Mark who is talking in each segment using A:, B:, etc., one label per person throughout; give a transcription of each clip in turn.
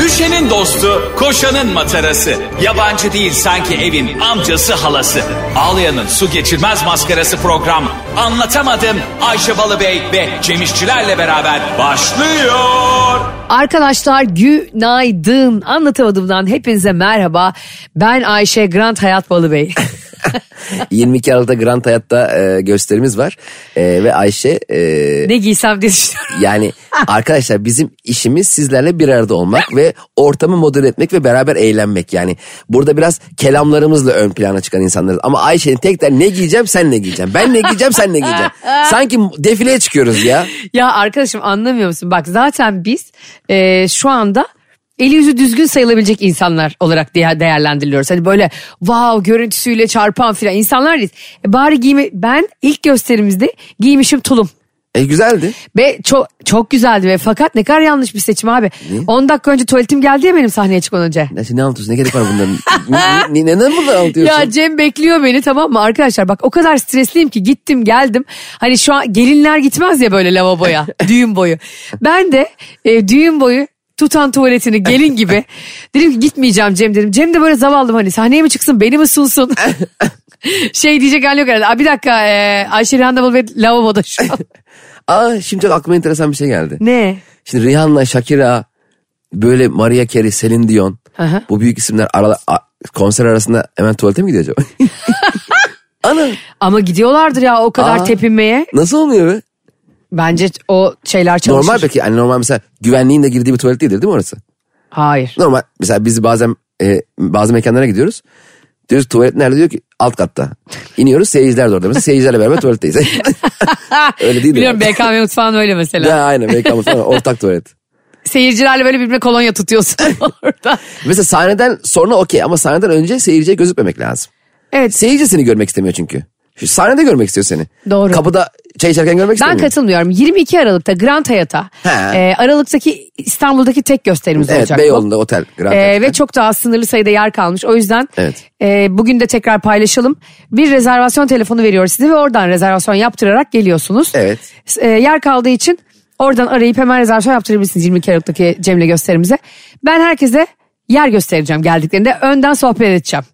A: Düşenin dostu, koşanın matarası. Yabancı değil sanki evin amcası halası. Ağlayanın su geçirmez maskarası program. Anlatamadım Ayşe Balıbey ve Cemişçilerle beraber başlıyor.
B: Arkadaşlar günaydın. Anlatamadığımdan hepinize merhaba. Ben Ayşe Grant Hayat Balıbey.
C: 22 Aralık'ta Grand Hayat'ta e, gösterimiz var. E, ve Ayşe e,
B: ne giysem diye düşünüyorum.
C: yani arkadaşlar bizim işimiz sizlerle bir arada olmak ve ortamı modere etmek ve beraber eğlenmek. Yani burada biraz kelamlarımızla ön plana çıkan insanlarız. Ama Ayşe'nin tek derdi ne giyeceğim sen ne giyeceksin. Ben ne giyeceğim sen ne giyeceksin. Sanki defileye çıkıyoruz ya.
B: Ya arkadaşım anlamıyor musun? Bak zaten biz e, şu anda eli yüzü düzgün sayılabilecek insanlar olarak diye değerlendiriliyoruz. Hani böyle wow görüntüsüyle çarpan filan insanlar değiliz. E, bari giyimi ben ilk gösterimizde giymişim tulum.
C: E güzeldi.
B: Ve çok çok güzeldi ve fakat ne kadar yanlış bir seçim abi. 10 dakika önce tuvaletim geldi ya benim sahneye çıkmadan önce.
C: Neyse ne anlatıyorsun ne gerek var bunların? Ne- ne, neden bunları anlatıyorsun?
B: Ya Cem bekliyor beni tamam mı arkadaşlar bak o kadar stresliyim ki gittim geldim. Hani şu an gelinler gitmez ya böyle lavaboya düğün boyu. Ben de e, düğün boyu tutan tuvaletini gelin gibi. Dedim ki gitmeyeceğim Cem dedim. Cem de böyle zavallım hani sahneye mi çıksın beni mi sunsun? şey diyecek hali yok herhalde. Aa, bir dakika e, Ayşe Randavul ve lavaboda şu an.
C: Aa, şimdi çok aklıma enteresan bir şey geldi.
B: ne?
C: Şimdi Rihanna, Shakira, böyle Maria Carey, Celine Dion.
B: Aha.
C: Bu büyük isimler arala, a- konser arasında hemen tuvalete mi gidiyor acaba? Ana
B: Ama gidiyorlardır ya o kadar
C: Aa.
B: tepinmeye.
C: nasıl oluyor be?
B: Bence o şeyler çalışır.
C: Normal peki hani normal mesela güvenliğin de girdiği bir tuvalet değildir değil mi orası?
B: Hayır.
C: Normal mesela biz bazen e, bazı mekanlara gidiyoruz. Diyoruz tuvalet nerede diyor ki alt katta. İniyoruz seyirciler de orada. Mesela seyircilerle beraber tuvaletteyiz. Öyle değil
B: Biliyorum
C: mi?
B: BKM mutfağın öyle mesela.
C: Ya aynen BKM falan, ortak tuvalet.
B: seyircilerle böyle birbirine kolonya tutuyorsun orada.
C: Mesela sahneden sonra okey ama sahneden önce seyirciye gözükmemek lazım.
B: Evet.
C: Seyirci seni görmek istemiyor çünkü. Şu sahnede görmek istiyor seni.
B: Doğru.
C: Kapıda çay içerken görmek
B: Ben
C: istemiyor.
B: katılmıyorum. 22 Aralık'ta Grand Hayat'a
C: He.
B: e, Aralık'taki İstanbul'daki tek gösterimiz
C: Evet
B: olacak. bu.
C: Beyoğlu'nda otel. Grand
B: E,
C: Hotel.
B: ve çok daha sınırlı sayıda yer kalmış. O yüzden
C: Evet.
B: e, bugün de tekrar paylaşalım. Bir rezervasyon telefonu veriyoruz size ve oradan rezervasyon yaptırarak geliyorsunuz.
C: Evet.
B: E, yer kaldığı için oradan arayıp hemen rezervasyon yaptırabilirsiniz 22 Aralık'taki Cem'le gösterimize. Ben herkese yer göstereceğim geldiklerinde. Önden sohbet edeceğim.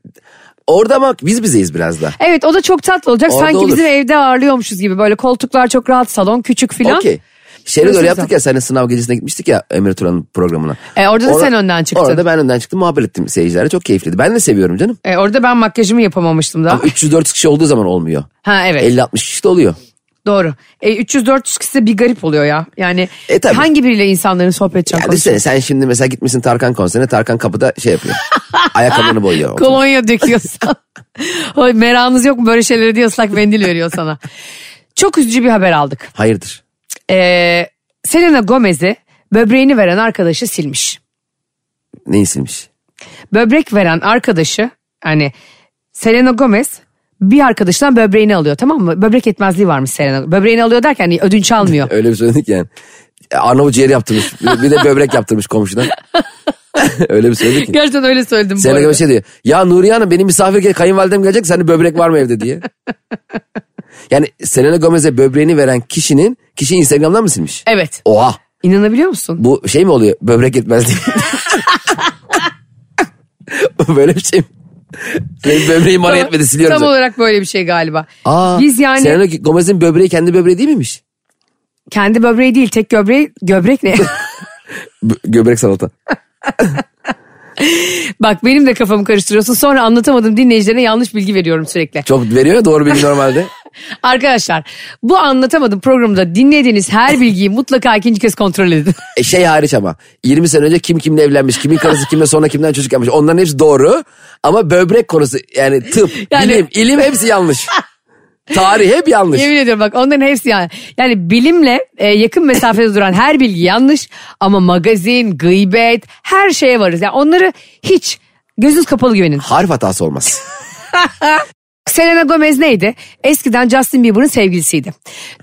C: Orada bak biz bizeyiz biraz da.
B: Evet o da çok tatlı olacak.
C: Orada
B: Sanki
C: olur.
B: bizim evde ağırlıyormuşuz gibi. Böyle koltuklar çok rahat, salon küçük filan.
C: Okey. Şeyleri
B: Burası
C: öyle
B: güzel.
C: yaptık ya seninle sınav gecesine gitmiştik ya Emre Turan'ın programına.
B: E, orada da sen önden çıktın.
C: Orada ben önden çıktım muhabbet ettim seyircilerle çok keyifliydi. Ben de seviyorum canım.
B: E, orada ben makyajımı yapamamıştım daha.
C: Ama 300-400 kişi olduğu zaman olmuyor.
B: Ha Ah. evet
C: 50-60 kişi de oluyor.
B: doğru. E, 300-400 kişi de bir garip oluyor ya. Yani
C: E, tabii.
B: hangi biriyle insanların sohbet edeceğim?
C: Yani
B: konuşacağım?
C: düşünsene sen şimdi mesela gitmişsin Tarkan konserine Tarkan kapıda şey yapıyor. ayakkabını boyuyor.
B: Kolonya döküyorsan. Oy, merakınız yok mu böyle şeylere diye ıslak mendil veriyor sana. Çok üzücü bir haber aldık.
C: Hayırdır?
B: E, Selena Gomez'i böbreğini veren arkadaşı silmiş.
C: Neyi silmiş?
B: böbrek veren arkadaşı hani Selena Gomez bir arkadaşından böbreğini alıyor tamam mı? Böbrek yetmezliği varmış Selena. Böbreğini alıyor derken hani ödünç almıyor.
C: Öyle bir söyledik yani. E, Arnavut ciğeri yaptırmış. Bir, bir de böbrek yaptırmış komşudan. Öyle bir söyledik ki.
B: Gerçekten öyle söyledim bu
C: Selena
B: arada.
C: Gomez şey diyor. Ya Nuriye Hanım benim misafir gel kayınvalidem gelecek sende böbrek var mı evde diye. Yani Selena Gomez'e böbreğini veren kişinin kişi Instagram'dan mı silmiş?
B: Evet.
C: Oha
B: İnanabiliyor musun?
C: bu şey mi oluyor böbrek yetmez diye. Bu Böyle bir şey mi? Benim böbreğim bana yetmedi siliyorum.
B: Tam olarak böyle bir şey galiba.
C: Aa,
B: Biz yani
C: Selena Gomez'in böbreği kendi böbreği değil miymiş?
B: kendi böbreği değil tek göbreği göbrek ne?
C: Bö- göbrek salata.
B: Bak benim de kafamı karıştırıyorsun. Sonra anlatamadım dinleyicilerine yanlış bilgi veriyorum sürekli.
C: Çok veriyor ya doğru bilgi normalde.
B: Arkadaşlar bu anlatamadım programda dinlediğiniz her bilgiyi mutlaka ikinci kez kontrol edin.
C: E şey hariç ama 20 sene önce kim kimle evlenmiş, kimin karısı kimle sonra kimden çocuk yapmış onların hepsi doğru. Ama böbrek konusu yani tıp,
B: Yani-
C: bilim, ilim hepsi yanlış. Tarih hep yanlış.
B: Yemin ediyorum bak onların hepsi yani. Yani bilimle e, yakın mesafede duran her bilgi yanlış ama magazin, gıybet her şeye varız. Yani onları hiç gözünüz kapalı güvenin.
C: Harf hatası olmaz.
B: Selena Gomez neydi? Eskiden Justin Bieber'ın sevgilisiydi.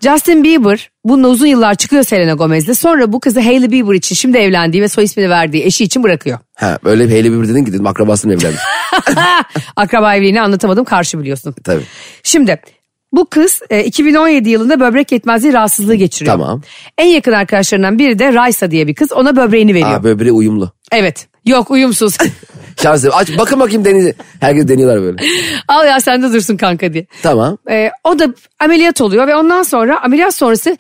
B: Justin Bieber bununla uzun yıllar çıkıyor Selena Gomez'le. Sonra bu kızı Hailey Bieber için şimdi evlendiği ve soy ismini verdiği eşi için bırakıyor.
C: Ha, böyle bir Hailey Bieber dedin ki dedim akrabasını evlenmiş.
B: Akraba evliliğini anlatamadım karşı biliyorsun.
C: Tabii.
B: Şimdi Bu kız e, 2017 yılında böbrek yetmezliği rahatsızlığı geçiriyor.
C: Tamam.
B: En yakın arkadaşlarından biri de Raysa diye bir kız. Ona böbreğini veriyor.
C: Aa, böbreği uyumlu.
B: Evet. Yok uyumsuz.
C: Şanslı. Aç, bakın bakayım deniz. Herkes deniyorlar böyle.
B: Al ya sen de dursun kanka diye.
C: Tamam.
B: Ee, o da ameliyat oluyor ve ondan sonra ameliyat sonrası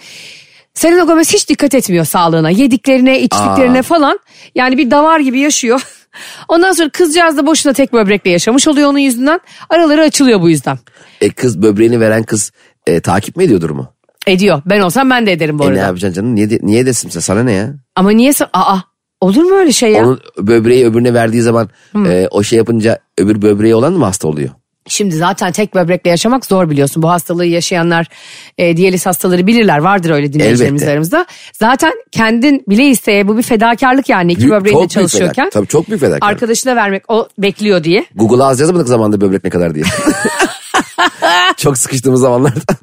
B: Selena Gomez hiç dikkat etmiyor sağlığına. Yediklerine, içtiklerine
C: Aa.
B: falan. Yani bir davar gibi yaşıyor. Ondan sonra kızcağız da boşuna tek böbrekle yaşamış oluyor onun yüzünden. Araları açılıyor bu yüzden.
C: E, kız böbreğini veren kız e, takip mi ediyordur mu?
B: Ediyor. Ben olsam ben de ederim bu
C: E, ne
B: arada.
C: yapacaksın canım? Niye, de- niye desin sen? Sana ne ya?
B: Ama niye... Aa olur mu öyle şey ya?
C: Onun böbreği öbürüne verdiği zaman e, o şey yapınca öbür böbreği olan mı hasta oluyor?
B: Şimdi zaten tek böbrekle yaşamak zor biliyorsun. Bu hastalığı yaşayanlar e, diyaliz hastaları bilirler. Vardır öyle dinleyicilerimiz
C: Elbette.
B: aramızda. Zaten kendin bile isteye bu bir fedakarlık yani. iki
C: Büyük- çok
B: böbreğinde
C: büyük
B: çalışıyorken.
C: fedakarlık. Tabii çok büyük fedakarlık.
B: Arkadaşına vermek o bekliyor diye.
C: Google'a az yazmadık zamanda böbrek ne kadar diye. Çok sıkıştığımız zamanlarda.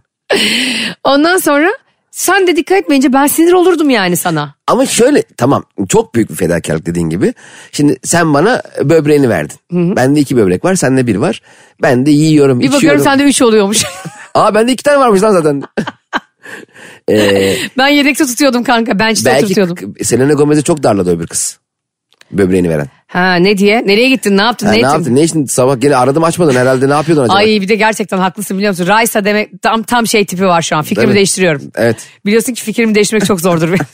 B: Ondan sonra sen de dikkat etmeyince ben sinir olurdum yani sana.
C: Ama şöyle tamam çok büyük bir fedakarlık dediğin gibi. Şimdi sen bana böbreğini verdin. Bende iki böbrek var sende bir var. Ben de yiyorum
B: Bir bakıyorum
C: içiyorum.
B: sende 3 oluyormuş.
C: Aa bende iki tane varmış lan zaten. Ee,
B: ben yedekte tutuyordum kanka. Bench'te
C: belki
B: tutuyordum.
C: k- Selena Gomez'e çok darladı öbür kız. Böbreğini veren.
B: Ha ne diye? Nereye gittin? Ne yaptın?
C: Ha,
B: ne
C: ne
B: ettin?
C: yaptın? Ne için sabah gene aradım açmadın herhalde ne yapıyordun acaba?
B: Ay bir de gerçekten haklısın biliyor musun? Raysa demek tam tam şey tipi var şu an. Fikrimi
C: Değil mi?
B: değiştiriyorum.
C: Evet.
B: Biliyorsun ki fikrimi değiştirmek çok zordur benim.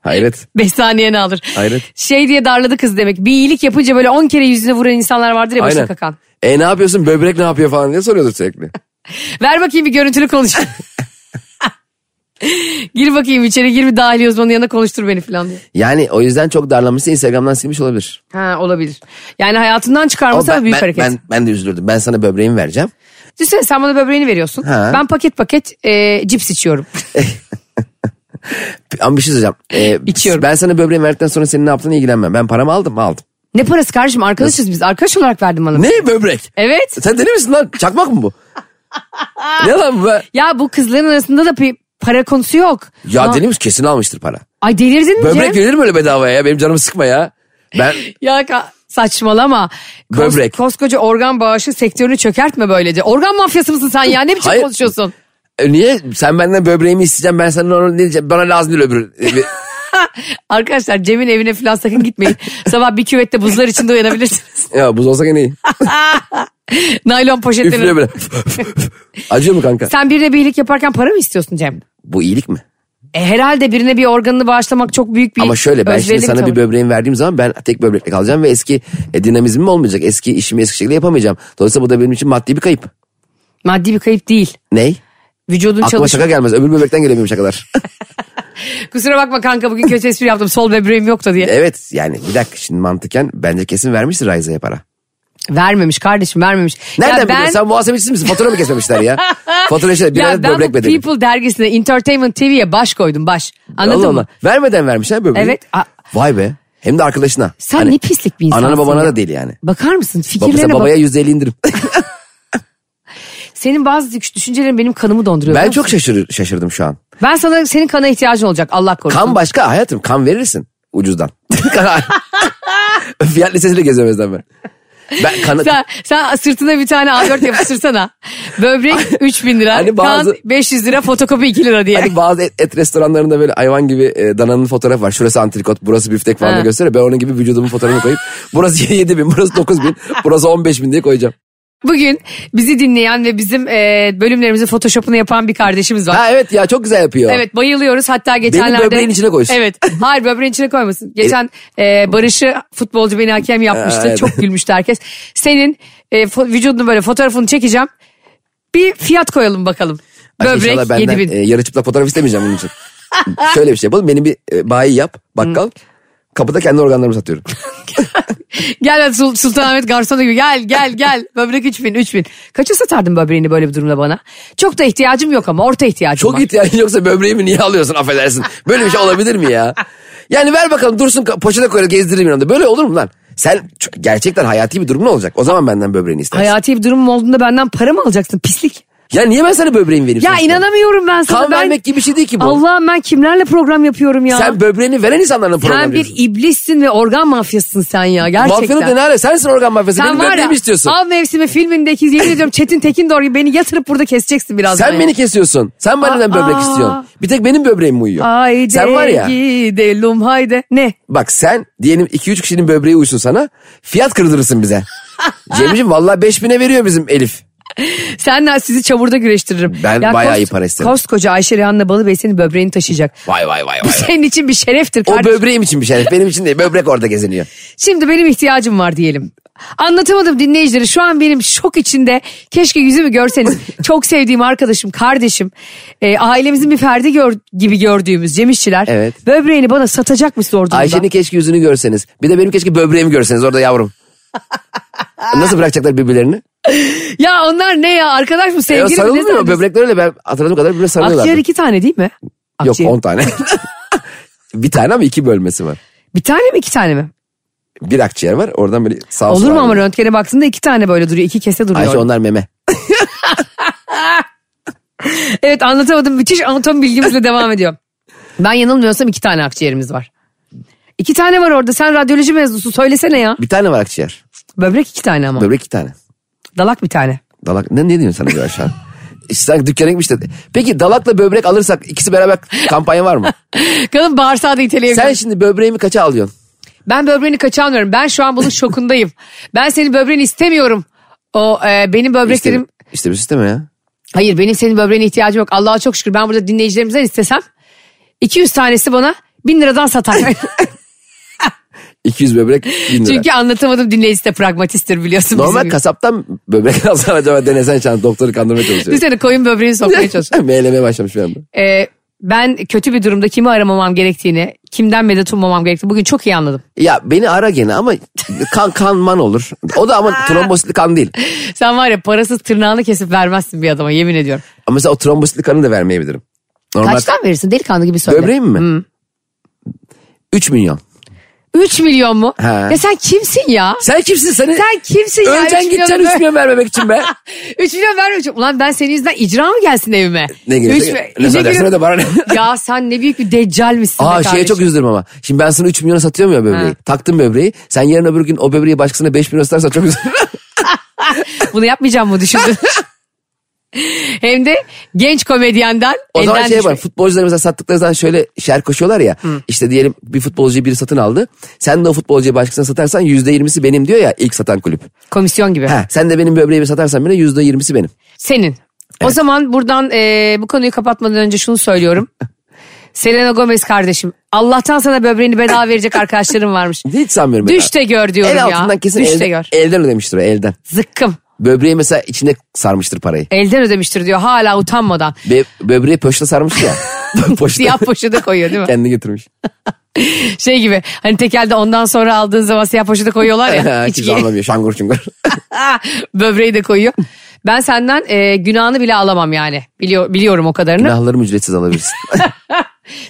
C: Hayret.
B: 5 saniyeni alır.
C: Hayret.
B: Şey diye darladı kız demek. Bir iyilik yapınca böyle 10 kere yüzüne vuran insanlar vardır ya başına
C: Aynen.
B: kakan.
C: E ne yapıyorsun böbrek ne yapıyor falan diye soruyordur sürekli.
B: Ver bakayım bir görüntülü konuş. gir bakayım içeri gir bir dahili uzmanın yanına konuştur beni falan diye.
C: Yani o yüzden çok darlanmışsa Instagram'dan silmiş olabilir.
B: Ha olabilir. Yani hayatından
C: Ama
B: çıkarması
C: ben,
B: büyük
C: ben,
B: hareket.
C: ben, ben de üzülürdüm. Ben sana böbreğimi vereceğim.
B: Düşünsene sen bana böbreğini veriyorsun.
C: Ha.
B: Ben paket paket e, cips içiyorum.
C: Ama bir şey söyleyeceğim. Ee,
B: İçiyorum.
C: Ben sana böbreğimi verdikten sonra senin ne yaptığını ilgilenmem. Ben paramı aldım mı aldım.
B: ne parası kardeşim arkadaşız biz. Arkadaş olarak verdin bana.
C: Ne böbrek?
B: Evet.
C: Sen deli misin lan? Çakmak mı bu? ne lan bu? be?
B: Ya bu kızların arasında da bir para konusu yok.
C: Ya
B: Ha-
C: deli misin? Kesin almıştır para.
B: Ay delirdin mi
C: Böbrek
B: Cem?
C: verilir mi öyle bedavaya ya? Benim canımı sıkma ya. Ben
B: Ya ka- saçmalama. Kos-
C: Böbrek.
B: Koskoca organ bağışı sektörünü çökertme böylece. Organ mafyası mısın sen ya? Ne biçim
C: Hayır.
B: konuşuyorsun?
C: E, niye? Sen benden böbreğimi isteyeceğim. Ben senden onu ne diyeceğim? Bana lazım değil öbürü. E,
B: Arkadaşlar Cem'in evine falan sakın gitmeyin. Sabah bir küvette buzlar içinde uyanabilirsiniz.
C: ya buz olsa gene iyi.
B: Naylon
C: Üflüyor
B: poşetlerin.
C: böyle. Acıyor mu kanka?
B: Sen birine bir iyilik yaparken para mı istiyorsun Cem?
C: Bu iyilik mi?
B: E, herhalde birine bir organını bağışlamak çok büyük bir
C: Ama şöyle ben
B: özverili
C: şimdi sana bir
B: tavır.
C: böbreğimi verdiğim zaman ben tek böbrekle kalacağım ve eski e, dinamizmim olmayacak. Eski işimi eski şekilde yapamayacağım. Dolayısıyla bu da benim için maddi bir kayıp.
B: Maddi bir kayıp değil.
C: Ney?
B: Vücudun
C: Aklıma
B: çalışıyor.
C: şaka gelmez. Öbür böbrekten gelemiyorum şakalar.
B: Kusura bakma kanka bugün kötü espri yaptım. Sol böbreğim yoktu diye.
C: evet yani bir dakika şimdi mantıken bence kesin vermiştir Rayza'ya para.
B: Vermemiş kardeşim vermemiş.
C: Nereden
B: ya ben,
C: biliyorsun? Sen muhasebecisi misin? Fatura mı kesmemişler ya? Fatura işte bir
B: ya
C: adet
B: ben
C: böbrek
B: bu
C: bedeli.
B: People dergisine Entertainment TV'ye baş koydum baş. Anladın
C: Allah
B: mı?
C: Allah. Vermeden vermiş ha böbreği.
B: Evet. A-
C: Vay be. Hem de arkadaşına.
B: Sen
C: Hani
B: ne pislik bir insansın.
C: Anana babana
B: ya.
C: da değil yani.
B: Bakar mısın?
C: Babası
B: Fikirlerine
C: babaya
B: bak.
C: yüzde elli indirim.
B: Senin bazı düş- düşüncelerin benim kanımı donduruyor.
C: ben
B: biliyor
C: çok
B: musun?
C: şaşırır, şaşırdım şu an.
B: Ben sana senin kana ihtiyacın olacak Allah korusun.
C: Kan başka hayatım. Kan verirsin ucuzdan. Fiyat listesiyle geziyorum o ben. Ben kanı...
B: Sen, sen sırtına bir tane A4 yapıştırsana. Böbrek 3000 lira,
C: Hani bazı-
B: kan 500 lira, fotokopi 2 lira diye.
C: Hani bazı et, et restoranlarında böyle hayvan gibi e, dananın fotoğrafı var. Şurası antrikot, burası biftek falan
B: Ha.
C: da gösteriyor. Ben onun gibi vücudumun fotoğrafını koyup burası 7 bin, burası 9 bin, burası 15 bin diye koyacağım.
B: Bugün bizi dinleyen ve bizim e, bölümlerimizin photoshopunu yapan bir kardeşimiz var.
C: Ha evet ya çok güzel yapıyor.
B: Evet bayılıyoruz hatta geçenlerde.
C: böbreğin içine koysun.
B: Evet hayır böbreğin içine koymasın. Geçen e, Barış'ı futbolcu beni hakem yapmıştı
C: Evet.
B: çok gülmüştü herkes. Senin e, fo- vücudunu böyle fotoğrafını çekeceğim bir fiyat koyalım bakalım.
C: Ay,
B: Böbrek
C: İnşallah benden
B: 7000.
C: e, yarı çıplak fotoğraf istemeyeceğim bunun için. Şöyle bir şey yapalım. Beni bir e, bayi yap, bakkal. Kapıda kendi organlarımı satıyorum.
B: Gel hadi Sul- Sultanahmet garsonu gibi gel gel gel böbrek 3000 3000. Kaça satardın böbreğini böyle bir durumda bana? Çok da ihtiyacım yok ama orta ihtiyacım
C: Çok
B: var.
C: ihtiyacın yoksa böbreğimi niye alıyorsun affedersin. Böyle bir şey olabilir mi ya? Yani ver bakalım dursun ka- poşete koyar gezdireyim yanımda. Böyle olur mu lan? Sen ç- gerçekten hayati bir durum ne olacak? O zaman benden böbreğini istersin.
B: Hayati bir durumum olduğunda benden para mı alacaksın pislik?
C: Ya niye ben sana böbreğimi vereyim?
B: Ya
C: sonuçta?
B: inanamıyorum ben sana.
C: Kan
B: ben,
C: vermek gibi bir şey değil ki bu.
B: Allah'ım ben kimlerle program yapıyorum ya.
C: Sen böbreğini veren insanların
B: Sen
C: programı
B: bir iblissin ve organ mafyasısın sen ya gerçekten.
C: Mafyanın da ne ara? Sensin organ mafyası.
B: sen
C: Benim
B: var ya
C: böbreğimi istiyorsun.
B: av mevsimi filmindeki yemin ediyorum Çetin Tekindor gibi beni yatırıp burada keseceksin biraz.
C: Sen beni kesiyorsun. Sen benden
B: Aa.
C: böbrek istiyorsun. Bir tek benim böbreğim uyuyor.
B: Haydi
C: sen var ya.
B: gidelim haydi. Ne?
C: Bak sen diyelim 2-3 kişinin böbreği uysun sana. Fiyat kırdırırsın bize. Cemciğim valla 5000'e veriyor bizim Elif.
B: Senle sizi çamurda güreştiririm.
C: Ben bayağı
B: kost-
C: iyi para isterim.
B: Koskoca Ayşe Rehan'la Balıbey senin böbreğini taşıyacak.
C: Vay vay vay
B: Bu
C: vay.
B: senin için bir şereftir
C: O
B: kardeşim.
C: böbreğim için bir şeref. Benim için değil. Böbrek orada geziniyor.
B: Şimdi benim ihtiyacım var diyelim. Anlatamadım dinleyicileri şu an benim şok içinde keşke yüzümü görseniz. Çok sevdiğim arkadaşım, kardeşim, e, ailemizin bir ferdi gör, gibi gördüğümüz Cem İşçiler.
C: Evet.
B: Böbreğini bana satacakmış zor durumda.
C: Ayşe'nin keşke yüzünü görseniz. Bir de benim keşke böbreğimi görseniz orada yavrum. Nasıl bırakacaklar birbirlerini?
B: Ya onlar ne ya arkadaş mı
C: E,
B: sevgili mi? Ne
C: sarılmıyor mu?
B: zannediyorsun?
C: Böbrekler öyle ben hatırladığım kadar birbirine sarılıyorlar.
B: Akciğer iki tane değil mi?
C: Yok
B: Akciğer.
C: 10 tane. bir tane ama iki bölmesi var.
B: Bir tane mi iki tane mi?
C: Bir akciğer var oradan böyle sağ
B: Olur
C: sola
B: mu ama
C: gidiyor.
B: röntgene baktığında iki tane böyle duruyor. iki kese duruyor.
C: Ayşe onlar meme.
B: Evet anlatamadım. Müthiş anatomi bilgimizle devam ediyor. Ben yanılmıyorsam iki tane akciğerimiz var. İki tane var orada. Sen radyoloji mezunsun. Söylesene ya.
C: Bir tane var akciğer.
B: Böbrek iki tane ama.
C: Böbrek iki tane.
B: Dalak bir tane.
C: Dalak ne, ne diyorsun sana bir aşağı? İşte sanki dükkana gitmiş de. Peki dalakla böbrek alırsak ikisi beraber kampanya var mı?
B: Kadın bağırsağı da
C: Sen
B: iteleyebilir.
C: şimdi böbreğimi kaça alıyorsun?
B: Ben böbreğini kaçamıyorum. Ben şu an bunun şokundayım. Ben senin böbreğini istemiyorum. O e, benim böbreklerim...
C: İşte, işte bir sisteme ya.
B: Hayır benim senin böbreğine ihtiyacım yok. Allah'a çok şükür ben burada dinleyicilerimizden istesem 200 tanesi bana 1000 liradan satar.
C: 200 böbrek 1000 lira.
B: Çünkü anlatamadım dinleyicisi de pragmatisttir biliyorsun. bizim
C: Normal
B: gibi.
C: kasaptan böbrek alsan acaba denesen şans doktoru kandırmaya çalışıyor.
B: Düşünsene koyun böbreğini sokmaya çalışıyor.
C: Meylemeye başlamış bir anda.
B: Ee, ben kötü bir durumda kimi aramamam gerektiğini, kimden medet ummamam gerektiğini bugün çok iyi anladım.
C: Ya beni ara gene ama kan kan man olur. O da ama trombositli kan değil.
B: Sen var ya parasız tırnağını kesip vermezsin bir adama yemin ediyorum.
C: Ama mesela o trombositli kanı da vermeyebilirim. Normal
B: Kaçtan verirsin delikanlı gibi söyle.
C: böbreğim
B: Hmm.
C: mi? 3 milyon.
B: 3 milyon mu?
C: He.
B: Ya sen kimsin ya?
C: Sen kimsin seni?
B: Sen kimsin ya?
C: Öleceksin gideceksin 3 milyon vermemek için be.
B: 3 milyon vermiyorum. Ulan ben senin yüzünden icra mı gelsin evime?
C: Ne
B: Üç mi-
C: gelirse ne
B: İnce
C: söylersen
B: gülüm-
C: de bana ne?
B: ya sen ne büyük bir deccal misin
C: Aa
B: be
C: şeye çok
B: kardeşim.
C: üzülürüm ama. Şimdi ben sana 3 milyona satıyorum ya böbreği.
B: Ha.
C: Taktım böbreği. Sen yarın öbür gün o böbreği başkasına 5 milyon satarsan çok üzülürüm.
B: Bunu yapmayacağım mı düşündün? Hem de genç komedyenden
C: O zaman
B: elden
C: şey var
B: düşme-
C: futbolcular mesela sattıkları zaman şöyle şer koşuyorlar ya. İşte diyelim bir futbolcuyu biri satın aldı. Sen de o futbolcuyu başkasına satarsan yüzde yirmisi benim diyor ya ilk satan kulüp.
B: Komisyon gibi.
C: Ha, sen de benim böbreğimi satarsan bile yüzde yirmisi benim.
B: Senin. O zaman buradan e, bu konuyu kapatmadan önce şunu söylüyorum. Selena Gomez kardeşim. Allah'tan sana böbreğini bedava verecek arkadaşlarım varmış.
C: Hiç sanmıyorum. ben.
B: Düş de gör diyorum
C: El
B: ya.
C: altından kesin
B: Düş de
C: elden,
B: gör.
C: elden ödemiştir o elden.
B: Zıkkım.
C: Böbreği mesela içine sarmıştır parayı.
B: Elden ödemiştir diyor hala utanmadan.
C: Be- böbreği poşete sarmış ya. poşete
B: Siyah poşete koyuyor değil mi?
C: kendi götürmüş.
B: Şey gibi hani tekelde ondan sonra aldığın zaman siyah poşete koyuyorlar ya.
C: Hiç
B: içkiyi.
C: anlamıyor şangur şungur.
B: Böbreği de koyuyor. Ben senden e, günahını bile alamam yani. Biliyor, biliyorum o kadarını.
C: Günahlarımı ücretsiz alabilirsin.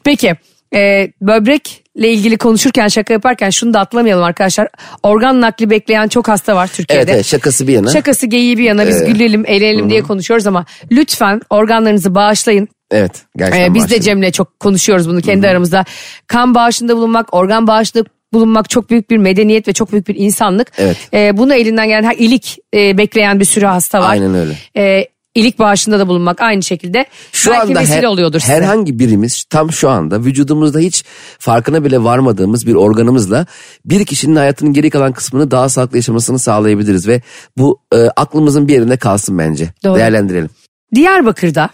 B: Peki e, böbrekle ilgili konuşurken şaka yaparken şunu da atlamayalım arkadaşlar. Organ nakli bekleyen çok hasta var Türkiye'de.
C: evet, evet Ee, şakası bir yana.
B: Şakası geyiği bir yana biz gülelim eğlenelim diye konuşuyoruz ama lütfen organlarınızı bağışlayın.
C: Evet gerçekten
B: Ee, biz de
C: maaşlı.
B: Cem'le çok konuşuyoruz bunu kendi aramızda. Kan bağışında bulunmak, organ bağışında bulunmak çok büyük bir medeniyet ve çok büyük bir insanlık.
C: Evet.
B: Ee, bunu elinden gelen her ilik e, bekleyen bir sürü hasta var.
C: Aynen öyle.
B: Ee, ilik bağışında da bulunmak aynı şekilde.
C: şu
B: Belki
C: anda
B: vesile
C: her-
B: oluyordur size.
C: herhangi birimiz tam şu anda vücudumuzda hiç farkına bile varmadığımız bir organımızla bir kişinin hayatının geri kalan kısmını daha sağlıklı yaşamasını sağlayabiliriz ve bu e, aklımızın bir yerinde kalsın bence.
B: Doğru.
C: Değerlendirelim.
B: Diyarbakır'da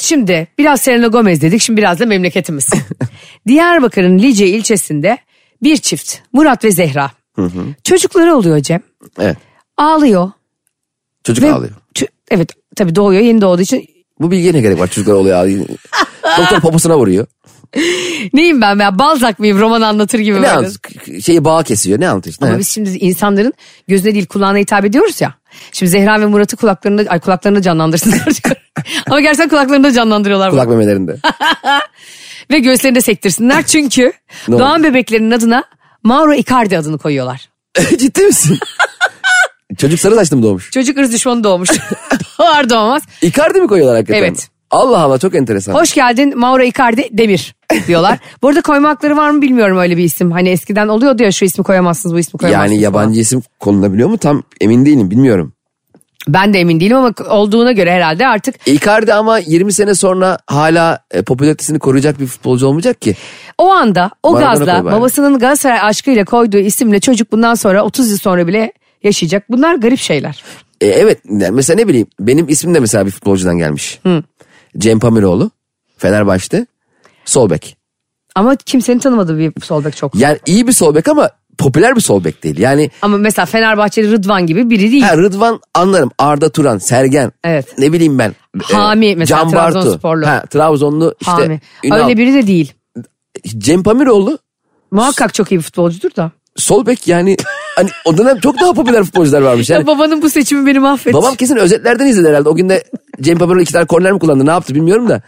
B: şimdi biraz Selena Gomez dedik şimdi biraz da memleketimiz. Diyarbakır'ın Lice ilçesinde bir çift Murat ve Zehra. Çocukları oluyor Cem.
C: Evet.
B: Ağlıyor.
C: Çocuk
B: ve-
C: ağlıyor.
B: Tü- Evet tabii doğuyor yeni doğduğu için.
C: Bu bilgiye ne gerek var? Çocuklar oluyor ağlıyor. Doktor poposuna vuruyor.
B: Neyim ben ya Balzac mıyım roman anlatır gibi.
C: Ne
B: böyle.
C: anlatıyor? K- Şeyi bağ kesiyor. Ne anlatıyorsun?
B: Ama
C: Evet.
B: biz şimdi insanların gözüne değil kulağına hitap ediyoruz ya. Şimdi Zehra ve Murat'ı kulaklarında, ay kulaklarında canlandırsınlar. diyorum. Ama gerçekten kulaklarında canlandırıyorlar. bunu.
C: Kulak memelerinde.
B: Ve göğüslerini de sektirsinler çünkü
C: Ne
B: doğan bebeklerinin adına Mauro Icardi adını koyuyorlar.
C: Ciddi misin? Çocuk sarı saçlı mı doğmuş?
B: Çocuk ırz düşmanı doğmuş. Doğar doğmaz.
C: Icardi mi koyuyorlar hakikaten?
B: Evet.
C: Allah Allah çok enteresan.
B: Hoş geldin Mauro Icardi Demir diyorlar. Bu arada koyma hakları var mı bilmiyorum öyle bir isim. Hani eskiden oluyordu ya şu ismi koyamazsınız bu ismi koyamazsınız.
C: yani
B: falan.
C: yabancı isim konulabiliyor mu? Tam emin değilim bilmiyorum.
B: Ben de emin değilim ama olduğuna göre herhalde artık
C: Icardi ama 20 sene sonra hala e, popülaritesini koruyacak bir futbolcu olmayacak ki.
B: o anda o
C: Maradona
B: gazla
C: koy bari.
B: babasının Galatasaray aşkıyla koyduğu isimle çocuk bundan sonra 30 yıl sonra bile yaşayacak. Bunlar garip şeyler.
C: E, evet ne- mesela ne bileyim benim ismim de mesela bir futbolcudan gelmiş. Cem Pamiroğlu Fenerbahçe'de sol bek.
B: Ama kimsenin tanımadığı bir sol bek çok.
C: Yani iyi bir sol bek ama popüler bir sol bek değil. Yani
B: Ama mesela Fenerbahçeli Rıdvan gibi biri değil.
C: ha, Rıdvan anlarım Arda Turan, Sergen
B: Evet.
C: ne bileyim ben. e,
B: Hami mesela
C: Can Bartu.
B: Trabzonsporlu.
C: Ha, Trabzonlu işte
B: Hami.
C: Ünal.
B: Öyle biri de değil.
C: Cem Pamiroğlu
B: Muhakkak çok iyi bir futbolcudur da.
C: sol bek yani hani o dönem çok daha popüler futbolcular varmış. Yani
B: Ya babanın bu seçimi beni mahvetti.
C: Babam kesin özetlerden izledi herhalde. O gün de Cem Papar'ın iki tane korner mi kullandı ne yaptı bilmiyorum da.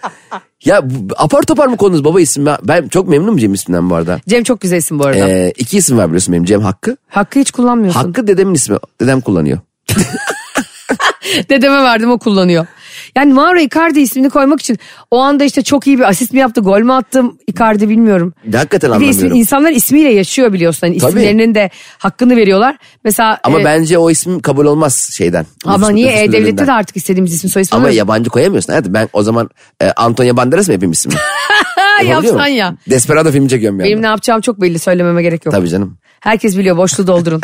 C: Ya bu- apar topar mı konunuz baba isim? Ben- Ben çok memnunum Cem isminden bu arada.
B: Cem çok güzel isim bu arada.
C: Ee, iki isim var biliyorsun benim Cem Hakkı.
B: Hakkı hiç kullanmıyorsun.
C: Hakkı dedemin ismi. Dedem kullanıyor.
B: Dedeme verdim o kullanıyor. Yani Mauro Icardi ismini koymak için o anda işte çok iyi bir asist mi yaptı, gol mü attım Icardi bilmiyorum.
C: Ya Hakikaten
B: Bir de ismi-
C: anlamıyorum.
B: insanlar ismiyle yaşıyor biliyorsun. Hani
C: Tabii.
B: isimlerinin de hakkını veriyorlar. Mesela
C: Ama
B: e,
C: bence o isim kabul olmaz şeyden.
B: ama
C: nüfus-
B: niye
C: nüfus
B: E-Devlet'te
C: müdürlüğünden.
B: de artık istediğimiz isim soy ismi
C: Ama
B: var.
C: yabancı koyamıyorsun. Evet ben o zaman e, Antonio Banderas mı yapayım ismini?
B: Ha,
C: Yapabiliyor
B: yapsan
C: muyum?
B: ya.
C: Desperado filmi çekiyorum yani.
B: Benim ne yapacağım çok belli söylememe gerek yok.
C: Tabii canım.
B: Herkes biliyor boşluğu doldurun.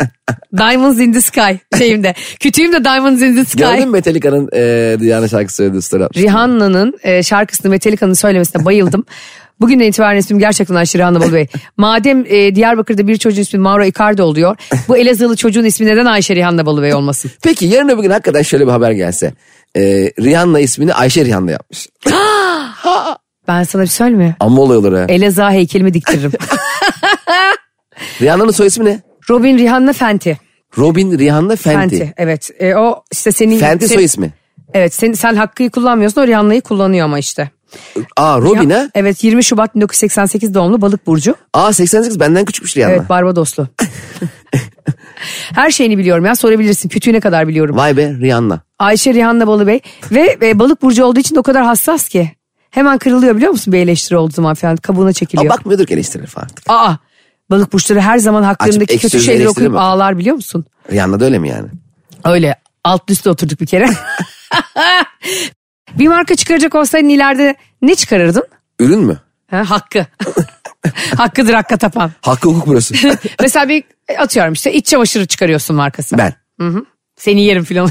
B: Diamonds in the sky şeyimde. Kütüğüm de Diamonds in the sky.
C: Gördün mü Metallica'nın e, Rihanna şarkısı söylediği story atmış?
B: Rihanna'nın e, şarkısını Metallica'nın söylemesine bayıldım. Bugünden itibaren ismim gerçekten Ayşe Rihanna Bolu Bey. Madem e, Diyarbakır'da bir çocuğun ismi Mauro Icardi oluyor. Bu Elazığlı çocuğun ismi neden Ayşe Rihanna Bolu Bey olmasın?
C: Peki yarın öbür gün hakikaten şöyle bir haber gelse. Ee, Rihanna ismini Ayşe Rihanna yapmış.
B: Ben sana bir söyleyeyim mi?
C: Ama olay olur ha.
B: Elazığ'a heykelimi diktiririm.
C: Rihanna'nın soy ismi ne?
B: Robin Rihanna Fenty.
C: Robin Rihanna Fenty.
B: Fenty
C: Fenty,
B: evet. E, o işte senin... sen-
C: soy ismi.
B: Evet sen, sen hakkıyı kullanmıyorsun o Rihanna'yı kullanıyor ama işte.
C: Aa Robin ha?
B: Evet 20 Şubat 1988 doğumlu balık burcu.
C: Aa 88 benden küçükmüş Rihanna.
B: Evet Barbadoslu. Her şeyini biliyorum ya sorabilirsin. Kütüğüne kadar biliyorum.
C: Vay be Rihanna.
B: Ayşe Rihanna Balı Bey ve e, balık burcu olduğu için de o kadar hassas ki. Hemen kırılıyor biliyor musun bir eleştiri olduğu zaman falan kabuğuna
C: Aa,
B: çekiliyor.
C: bakmıyordur ki eleştirilir falan.
B: Aa balık burçları her zaman haklarındaki
C: Açıp
B: kötü
C: ekşi
B: şeyleri
C: sözlü
B: okuyup
C: eleştiri mi?
B: ağlar biliyor musun?
C: Rihanna da öyle mi yani?
B: Öyle alt üstte oturduk bir kere. bir marka çıkaracak olsaydın ileride ne çıkarırdın?
C: Ürün mü?
B: Ha, hakkı. Hakkıdır hakka tapan.
C: Hakkı hukuk burası.
B: Mesela bir e, atıyorum işte iç çamaşırı çıkarıyorsun markası.
C: ben.
B: Seni yerim filan.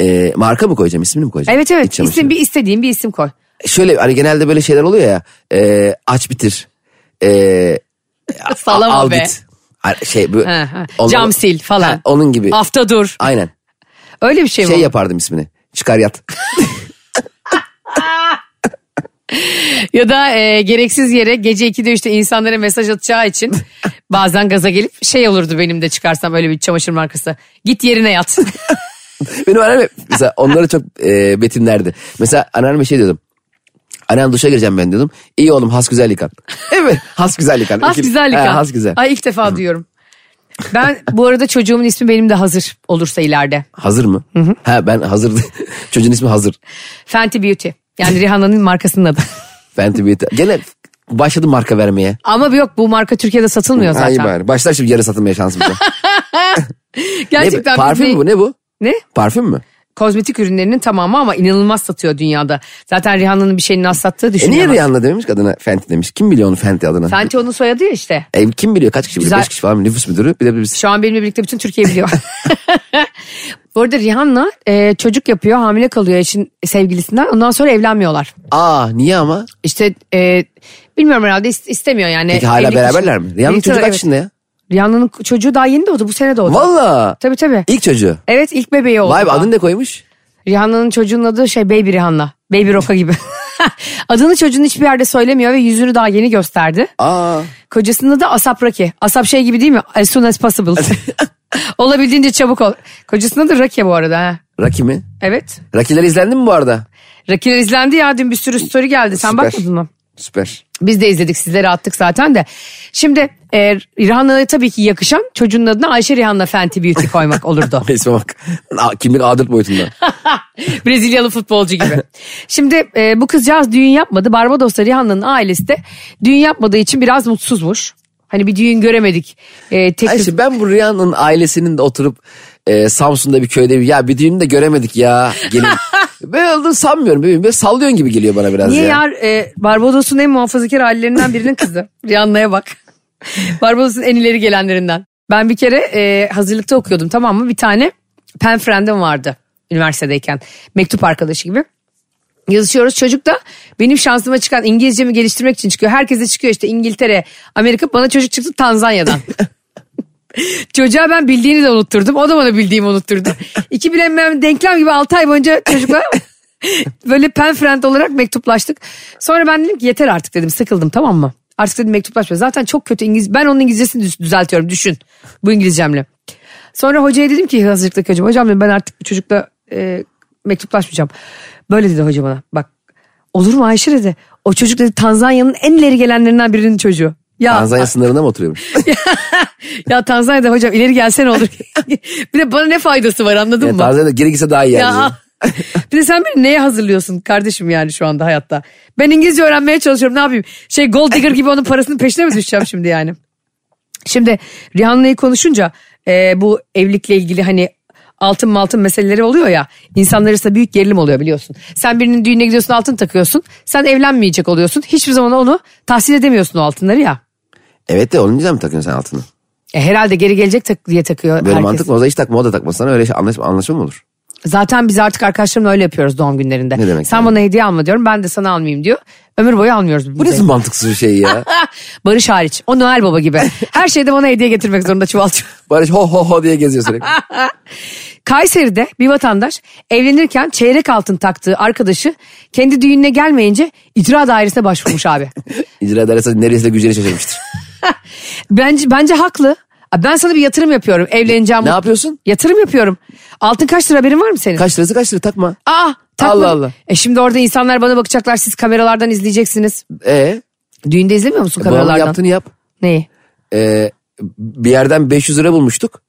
C: Ee, marka mı koyacağım ismini mi koyacağım?
B: evet
C: İç
B: evet
C: çamaşırı.
B: isim bir istediğin bir isim koy.
C: Şöyle hani genelde böyle şeyler oluyor ya. E, aç bitir. E,
B: Salama
C: al
B: be.
C: git. Ha, Şey, bu,
B: Ha, ha.
C: Onun-
B: Cam sil falan.
C: Ha, onun gibi.
B: Hafta dur.
C: Aynen.
B: Öyle bir şey,
C: Şey
B: mi?
C: yapardım ismini. Çıkar yat.
B: Ya da e, gereksiz yere gece 2'de 3'te insanlara mesaj atacağı için bazen gaza gelip şey olurdu benim de çıkarsam öyle bir çamaşır markası. Git yerine yat.
C: Benim anneannem mesela onları çok e, betimlerdi. Mesela anneanneme şey diyordum. Anneannem duşa gireceğim ben diyordum. İyi oğlum has güzel yıkan. Evet has güzel yıkan.
B: has
C: İkili-
B: güzellik.
C: He,
B: ha.
C: has güzel.
B: Ay ilk defa duyuyorum. Ben bu arada çocuğumun ismi benim de hazır olursa ileride.
C: Hazır mı? Ha ben hazır. Çocuğun ismi hazır.
B: Fenty Beauty. Yani Rihanna'nın markasının adı.
C: Fenty Beauty. Gene başladım marka vermeye.
B: Ama yok bu marka Türkiye'de satılmıyor
C: Ha, iyi
B: zaten.
C: bari. Başlar şimdi yarı satılmaya şansımız var. ne, bu?
B: Gerçekten
C: parfüm
B: biz
C: mü bu ne bu?
B: Ne?
C: Parfüm mü?
B: Kozmetik ürünlerinin tamamı ama inanılmaz satıyor dünyada. Zaten Rihanna'nın bir şeyini sattığı
C: E
B: düşünüyor.
C: niye
B: ama.
C: Rihanna dememiş ki adına Fenty demiş. Kim biliyor onun Fenty adını?
B: Fenty onun soyadı ya işte.
C: E, kim biliyor kaç kişi biliyor?
B: Güzel.
C: 5 kişi falan mı? nüfus müdürü bir de biz.
B: Şu an benimle birlikte bütün Türkiye biliyor. Bu arada Rihanna e, çocuk yapıyor hamile kalıyor eşin sevgilisinden ondan sonra evlenmiyorlar.
C: Aa niye ama?
B: İşte e, bilmiyorum herhalde is- istemiyor yani.
C: Peki hala
B: Evlilik
C: beraberler
B: için-
C: mi? Rihanna'nın
B: Birlikte-
C: çocuğu kaç
B: evet.
C: yaşında ya?
B: Rihanna'nın çocuğu daha yeni doğdu bu sene doğdu.
C: Valla.
B: Tabii tabii.
C: İlk çocuğu.
B: Evet ilk bebeği oldu.
C: Vay be
B: daha.
C: adını ne koymuş?
B: Rihanna'nın çocuğunun adı şey Baby Rihanna. Baby Roka gibi. Adını çocuğun hiçbir yerde söylemiyor ve yüzünü daha yeni gösterdi.
C: Aa.
B: Kocasının da Asap Rocky. Asap şey gibi değil mi? As soon as possible. Olabildiğince çabuk ol. Kocasının da Rocky bu arada. Ha.
C: Rocky mi?
B: Evet.
C: Rocky'ler izlendi mi bu arada?
B: Rakiler izlendi ya dün bir sürü story geldi. Sen
C: Süper.
B: bakmadın mı?
C: Süper.
B: Biz de izledik sizlere attık zaten de. Şimdi e, Rihanna'ya tabii ki yakışan çocuğun adına Ayşe Rihanna Fenty Beauty koymak olurdu.
C: İsme bak. Na- Kimlik A4 boyutunda.
B: Brezilyalı futbolcu gibi. Şimdi e, bu kızcağız düğün yapmadı. Barbados'ta Rihanna'nın ailesi de düğün yapmadığı için biraz mutsuzmuş. Hani bir düğün göremedik. E, teklif-
C: Ayşe ben bu Rihanna'nın ailesinin de oturup e, Samsun'da bir köyde bir ya bir düğünü de göremedik ya. Gelin. ben olduğunu sanmıyorum. bebeğim. Böyle sallıyorsun gibi geliyor bana biraz
B: Niye ya? E, Barbados'un en muhafazakar ailelerinden birinin kızı. Rihanna'ya bak. Barbados'un en ileri gelenlerinden. Ben bir kere e, hazırlıkta okuyordum tamam mı? Bir tane pen friend'im vardı üniversitedeyken. Mektup arkadaşı gibi. Yazışıyoruz çocuk da benim şansıma çıkan İngilizcemi geliştirmek için çıkıyor. Herkese çıkıyor işte İngiltere, Amerika bana çocuk çıktı Tanzanya'dan. Çocuğa ben bildiğini de unutturdum. O da bana bildiğimi unutturdu. İki bilemem denklem gibi 6 ay boyunca çocukla böyle pen friend olarak mektuplaştık. Sonra ben dedim ki yeter artık dedim sıkıldım tamam mı? Artık dedim mektuplaşma. Zaten çok kötü İngiliz. Ben onun İngilizcesini düz- düzeltiyorum düşün. Bu İngilizcemle. Sonra hocaya dedim ki hazırlıkta hocam. Hocam dedim ben artık bu çocukla e, mektuplaşmayacağım. Böyle dedi hoca bana. Bak olur mu Ayşe dedi. O çocuk dedi Tanzanya'nın en ileri gelenlerinden birinin çocuğu. Ya,
C: Tanzanya sınırında mı oturuyormuş?
B: ya Tanzanya'da hocam ileri gelsene olur. bir de bana ne faydası var anladın
C: Yani
B: mı?
C: Tanzanya'da E, geri gitse daha iyi yani.
B: Ya. bir de sen beni neye hazırlıyorsun kardeşim yani şu anda hayatta? Ben İngilizce öğrenmeye çalışıyorum ne yapayım? Şey gold digger gibi onun parasının peşine mi düşeceğim şimdi yani? Şimdi Rihanna'yı konuşunca e, bu evlilikle ilgili hani altın altın meseleleri oluyor ya. İnsanlar arasında büyük gerilim oluyor biliyorsun. Sen birinin düğününe gidiyorsun altın takıyorsun. Sen evlenmeyecek oluyorsun. Hiçbir zaman onu tahsil edemiyorsun o altınları ya.
C: Evet de onun yüzden mi takıyorsun sen altını?
B: E, herhalde geri gelecek tak- diye takıyor
C: Böyle
B: herkes.
C: mantık mı? O zaman hiç takma o da takmasana öyle şey, anlaşma, anlaşma mı olur?
B: Zaten biz artık arkadaşlarımla öyle yapıyoruz doğum günlerinde.
C: Ne demek
B: Sen
C: yani?
B: bana hediye alma diyorum ben de sana almayayım diyor. Ömür boyu almıyoruz
C: Bu
B: birbirimize.
C: nasıl mantıksız bir şey ya?
B: Barış hariç. O Noel Baba gibi. Her şeyde bana hediye getirmek zorunda çuval çuval.
C: Barış ho ho ho diye geziyor sürekli.
B: Kayseri'de bir vatandaş evlenirken çeyrek altın taktığı arkadaşı kendi düğününe gelmeyince icra dairesine başvurmuş abi.
C: İcra ederse neresinde gücünü şaşırmıştır.
B: bence bence haklı. Ben sana bir yatırım yapıyorum evleneceğim.
C: ne yapıyorsun?
B: Yatırım yapıyorum. Altın kaç lira haberin var mı senin?
C: Kaç lirası kaç lira takma.
B: Aa, takmadım.
C: Allah Allah.
B: E şimdi orada insanlar bana bakacaklar siz kameralardan izleyeceksiniz.
C: Ee,
B: Düğünde izlemiyor musun
C: bu adamın
B: kameralardan?
C: yaptığını yap.
B: Neyi?
C: Ee, bir yerden 500 lira bulmuştuk.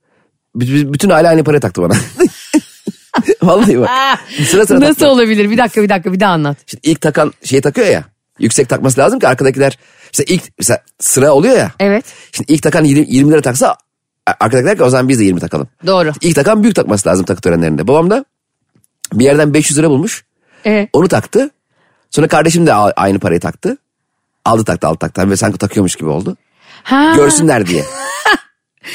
C: B- b- bütün aile aynı para taktı bana. Vallahi bak. Sıra sıra
B: Ah, Nasıl
C: taktı.
B: olabilir? Bir dakika bir dakika bir daha anlat.
C: Şimdi ilk takan şey takıyor ya. Yüksek takması lazım ki arkadakiler. İşte ilk mesela sıra oluyor ya.
B: Evet.
C: Şimdi ilk takan 20, 20 lira taksa a- arkadakiler der ki o zaman biz de 20 takalım.
B: Doğru.
C: İlk takan büyük takması lazım takı törenlerinde. Babam da bir yerden 500 lira bulmuş.
B: Ee,
C: Onu taktı. Sonra kardeşim de a- aynı parayı taktı. Aldı taktı aldı taktı. Hani böyle sanki takıyormuş gibi oldu.
B: ha.
C: Görsünler diye.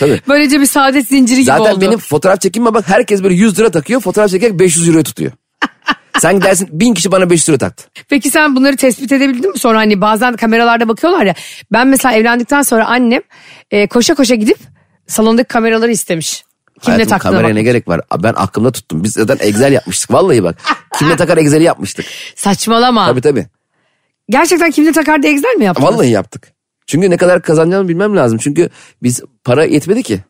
C: Tabii.
B: Böylece bir saadet zinciri gibi
C: Zaten
B: oldu.
C: benim fotoğraf çekinme bak herkes böyle 100 lira takıyor. Fotoğraf çekerek 500 euroyu tutuyor. Sen dersin 1000 kişi bana 500 lira taktı.
B: Peki sen bunları tespit edebildin mi sonra hani bazen kameralarda bakıyorlar ya. Ben mesela evlendikten sonra annem e, koşa koşa gidip salondaki kameraları istemiş. Kim ne
C: Hayatım,
B: taktığına
C: kameraya
B: bak.
C: ne gerek var? Ben aklımda tuttum. Biz zaten Excel yapmıştık. Vallahi bak. Kimle takar Excel'i yapmıştık.
B: Saçmalama.
C: Tabii tabii.
B: Gerçekten kim ne takar diye Excel mi yaptın?
C: Vallahi yaptık. Çünkü ne kadar kazanacağımı bilmem lazım. Çünkü biz para yetmedi ki.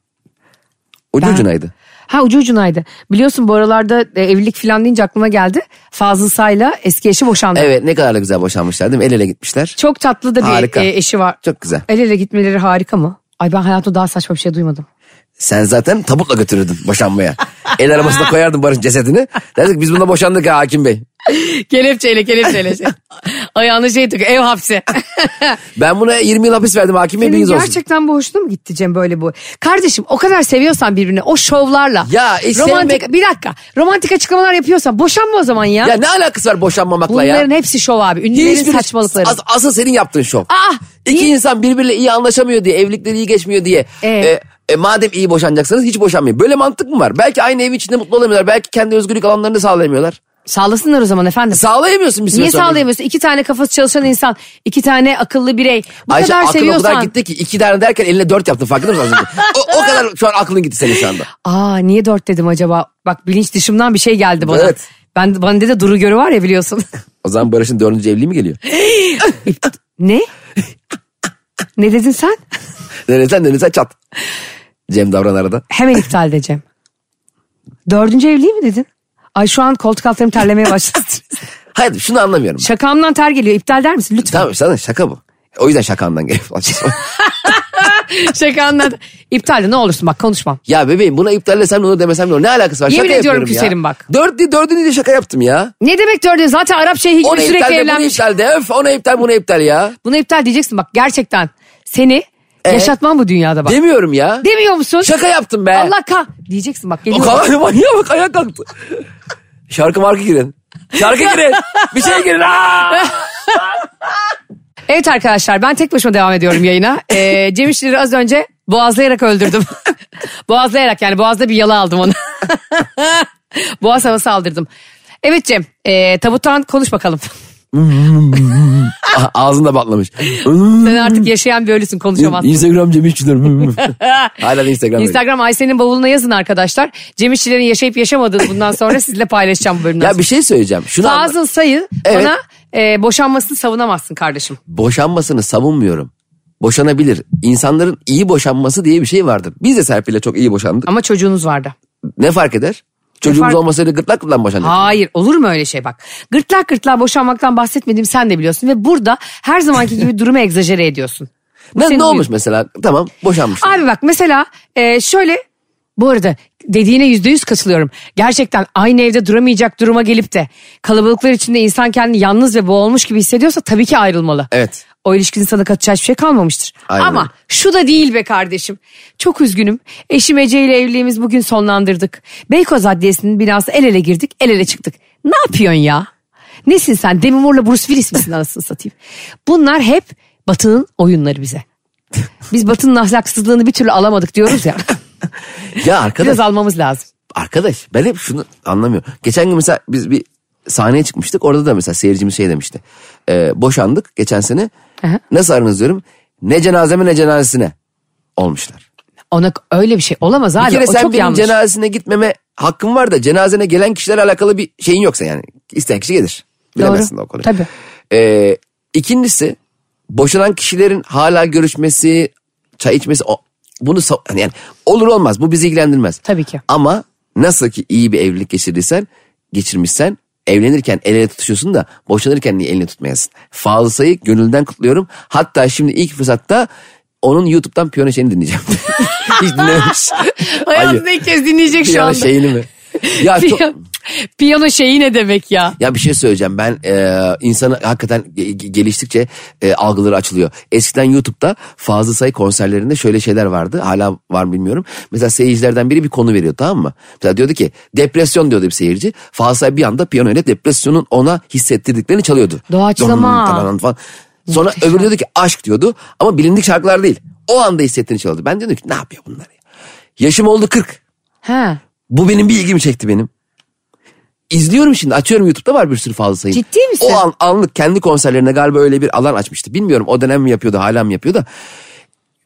C: Ucu
B: Ben-
C: ucunaydı.
B: Ha ucu ucunaydı. Biliyorsun bu aralarda e, evlilik falan deyince aklıma geldi. Fazıl Say'la eski eşi boşandı.
C: Evet ne kadar da güzel boşanmışlar değil mi? El ele gitmişler.
B: Çok tatlı da bir
C: Harika.
B: e, eşi var.
C: Çok güzel.
B: El ele gitmeleri harika mı? Ay ben hayatımda daha saçma bir şey duymadım.
C: Sen zaten tabutla götürürdün boşanmaya. El arabasına koyardın Barış cesedini. Derdik biz bununla boşandık ha Hakim Bey.
B: Kelepçeyle kelepçeyle. şey. Ayağına şey tık ev hapsi.
C: Ben buna 20 yıl hapis verdim Hakim Bey
B: Senin
C: bilginiz olsun.
B: gerçekten bu hoşuna mı gitti Cem böyle bu? Kardeşim o kadar seviyorsan birbirini o şovlarla.
C: Ya, e,
B: romantik,
C: sevmek-
B: Bir dakika romantik açıklamalar yapıyorsan boşanma o zaman ya.
C: Ya ne alakası var boşanmamakla ya?
B: Bunların hepsi şov abi. Ünlülerin
C: Hiçbir-
B: saçmalıkları.
C: As- asıl senin yaptığın şov.
B: Ah,
C: İki
B: niye?
C: insan birbiriyle iyi anlaşamıyor diye, evlilikleri iyi geçmiyor diye.
B: Ee?
C: E, e, madem iyi boşanacaksınız hiç boşanmayın. Böyle mantık mı var? Belki aynı evin içinde mutlu olamıyorlar. Belki kendi özgürlük alanlarını sağlayamıyorlar.
B: Sağlasınlar o zaman efendim.
C: Sağlayamıyorsun bir süre
B: Niye
C: sonra.
B: sağlayamıyorsun? İki tane kafası çalışan insan, iki tane akıllı birey. Bu
C: Ayşe
B: kadar
C: aklın
B: seviyorsan.
C: o kadar gitti ki iki tane derken eline dört yaptın farkında mısın? az önce? o, o kadar şu an aklın gitti senin şu anda.
B: Aa niye dört dedim acaba? Bak bilinç dışımdan bir şey geldi bana.
C: Evet.
B: Ben bana de duru görü var ya biliyorsun.
C: O zaman Barış'ın dördüncü evliliği mi geliyor?
B: ne? ne dedin sen?
C: Denesen denesen çat. Cem Davran arada.
B: Hemen iptal edeceğim. Dördüncü evliliği mi dedin? Ay şu an koltuk altlarım terlemeye başladı.
C: Hayır şunu anlamıyorum. ben.
B: Şakamdan ter geliyor. İptal der misin? Lütfen.
C: Tamam sana şaka bu. O yüzden şakandan gelip
B: Şakamdan. İptal de ne olursun bak konuşmam.
C: Ya bebeğim buna iptal etsem de olur demesem de olur. Ne alakası var?
B: Yemin
C: şaka
B: ediyorum
C: yapıyorum
B: küserim
C: ya.
B: bak.
C: Dördü, dördüncü de şaka yaptım ya.
B: Ne demek dördün? Zaten Arap şeyhi
C: Ona
B: gibi
C: iptal
B: sürekli
C: de buna
B: evlenmiş.
C: iptal de. Öf ona iptal buna iptal ya.
B: Buna iptal diyeceksin bak gerçekten. Seni
C: Ee?
B: yaşatmam bu dünyada bak.
C: Demiyorum ya.
B: Demiyor musun?
C: Şaka yaptım be.
B: Allah ka diyeceksin bak
C: O
B: geliyor.
C: kadar manyağa bak ayağa kalktı. Şarkı markı girin. Şarkı girin. Bir şey girin. Aa!
B: Evet arkadaşlar ben tek başıma devam ediyorum yayına. Ee, Cem İşçileri az önce boğazlayarak öldürdüm. boğazlayarak yani boğazda bir yala aldım onu. Boğaz havası aldırdım. Evet Cem e, tabuttan konuş bakalım.
C: Ah, Ağzında batlamış.
B: Sen artık yaşayan bir ölüsün konuşamazsın.
C: Instagram Cem İşçiler. Hala da Instagram. öyle.
B: Instagram Ayşe'nin bavuluna yazın arkadaşlar. Cem İşçilerin yaşayıp yaşamadığını bundan sonra sizinle paylaşacağım bu bölümden
C: Ya bir şey söyleyeceğim. Şunu anla-
B: Fazıl Say'ı
C: Evet.
B: bana e, boşanmasını savunamazsın kardeşim.
C: boşanmasını savunmuyorum. Boşanabilir. İnsanların iyi boşanması diye bir şey vardır. Biz de Serpil'le çok iyi boşandık.
B: Ama çocuğunuz vardı.
C: Ne fark eder? Çocuğumuz
B: fark-
C: olmasaydı gırtlak gırtlak boşandık.
B: Hayır olur mu öyle şey bak. Gırtlak gırtlağa boşanmaktan bahsetmediğim sen de biliyorsun. Ve burada her zamanki gibi durumu egzajere ediyorsun. Bu
C: Ne,
B: senin
C: ne olmuş
B: huyun.
C: mesela? Tamam boşanmış.
B: Abi bak mesela e, şöyle bu arada dediğine yüzde yüz katılıyorum. Gerçekten aynı evde duramayacak duruma gelip de kalabalıklar içinde insan kendini yalnız ve boğulmuş gibi hissediyorsa tabii ki ayrılmalı.
C: Evet.
B: O ilişkinin sana katacağı hiçbir şey kalmamıştır.
C: Aynen
B: Ama
C: öyle.
B: şu da değil be kardeşim. Çok üzgünüm. Eşim Ece ile evliliğimiz bugün sonlandırdık. Beykoz Adliyesi'nin binası el ele girdik, el ele çıktık. Ne yapıyorsun ya? Nesin sen? Demi Moore'la Bruce Willis misin anasını satayım? Bunlar hep Batı'nın oyunları bize. Biz Batı'nın ahlaksızlığını bir türlü alamadık diyoruz ya.
C: Ya arkadaş,
B: Biraz almamız lazım.
C: arkadaş ben hep şunu anlamıyorum. Geçen gün mesela biz bir sahneye çıkmıştık. Orada da mesela seyircimiz şey demişti. Ee, boşandık geçen sene.
B: Aha.
C: Nasıl aranız diyorum. Ne cenazeme ne cenazesine olmuşlar.
B: Ona öyle bir şey olamaz abi.
C: Bir kere
B: o
C: sen
B: çok
C: benim
B: yanlış.
C: cenazesine gitmeme hakkın var da cenazene gelen kişilerle alakalı bir şeyin yoksa yani. isteyen kişi gelir. Bilemezsin de o konuyu.
B: Tabii.
C: Ee, ikincisi boşanan kişilerin hala görüşmesi, çay içmesi o- bunu sa- hani yani olur olmaz bu bizi ilgilendirmez.
B: Tabii ki.
C: Ama nasıl ki iyi bir evlilik geçirdiysen, geçirmişsen evlenirken el ele tutuşuyorsun da boşanırken niye elini tutmayasın? Fazlasayı gönülden kutluyorum. Hatta şimdi ilk fırsatta onun YouTube'dan Piyoneşe'ni dinleyeceğim. Hiç dinlememiş.
B: Hayatını ilk kez dinleyecek şu
C: Piyano
B: anda.
C: şeyini mi? Ya, çok-
B: Piyano şeyi ne demek ya?
C: ya bir şey söyleyeceğim ben e, insanı hakikaten ge- ge- geliştikçe e, algıları açılıyor. Eskiden YouTube'da Fazıl Say konserlerinde şöyle şeyler vardı hala var mı bilmiyorum. Mesela seyircilerden biri bir konu veriyor tamam mı? Mesela diyordu ki depresyon diyordu bir seyirci. Fazıl Say bir anda piyano ile depresyonun ona hissettirdiklerini çalıyordu.
B: Doğaçlama.
C: Dum, tadan falan. Sonra öbürü diyordu ki aşk diyordu ama bilindik şarkılar değil. O anda hissettiğini çalıyordu. Ben diyordum ki ne yapıyor bunlar ya? Yaşım oldu 40.
B: Ha.
C: Bu benim bir ilgimi çekti benim. İzliyorum şimdi açıyorum YouTube'da var bir sürü fazla sayın.
B: Ciddi misin?
C: O an, anlık kendi konserlerine galiba öyle bir alan açmıştı. Bilmiyorum o dönem mi yapıyordu hala mı yapıyor da.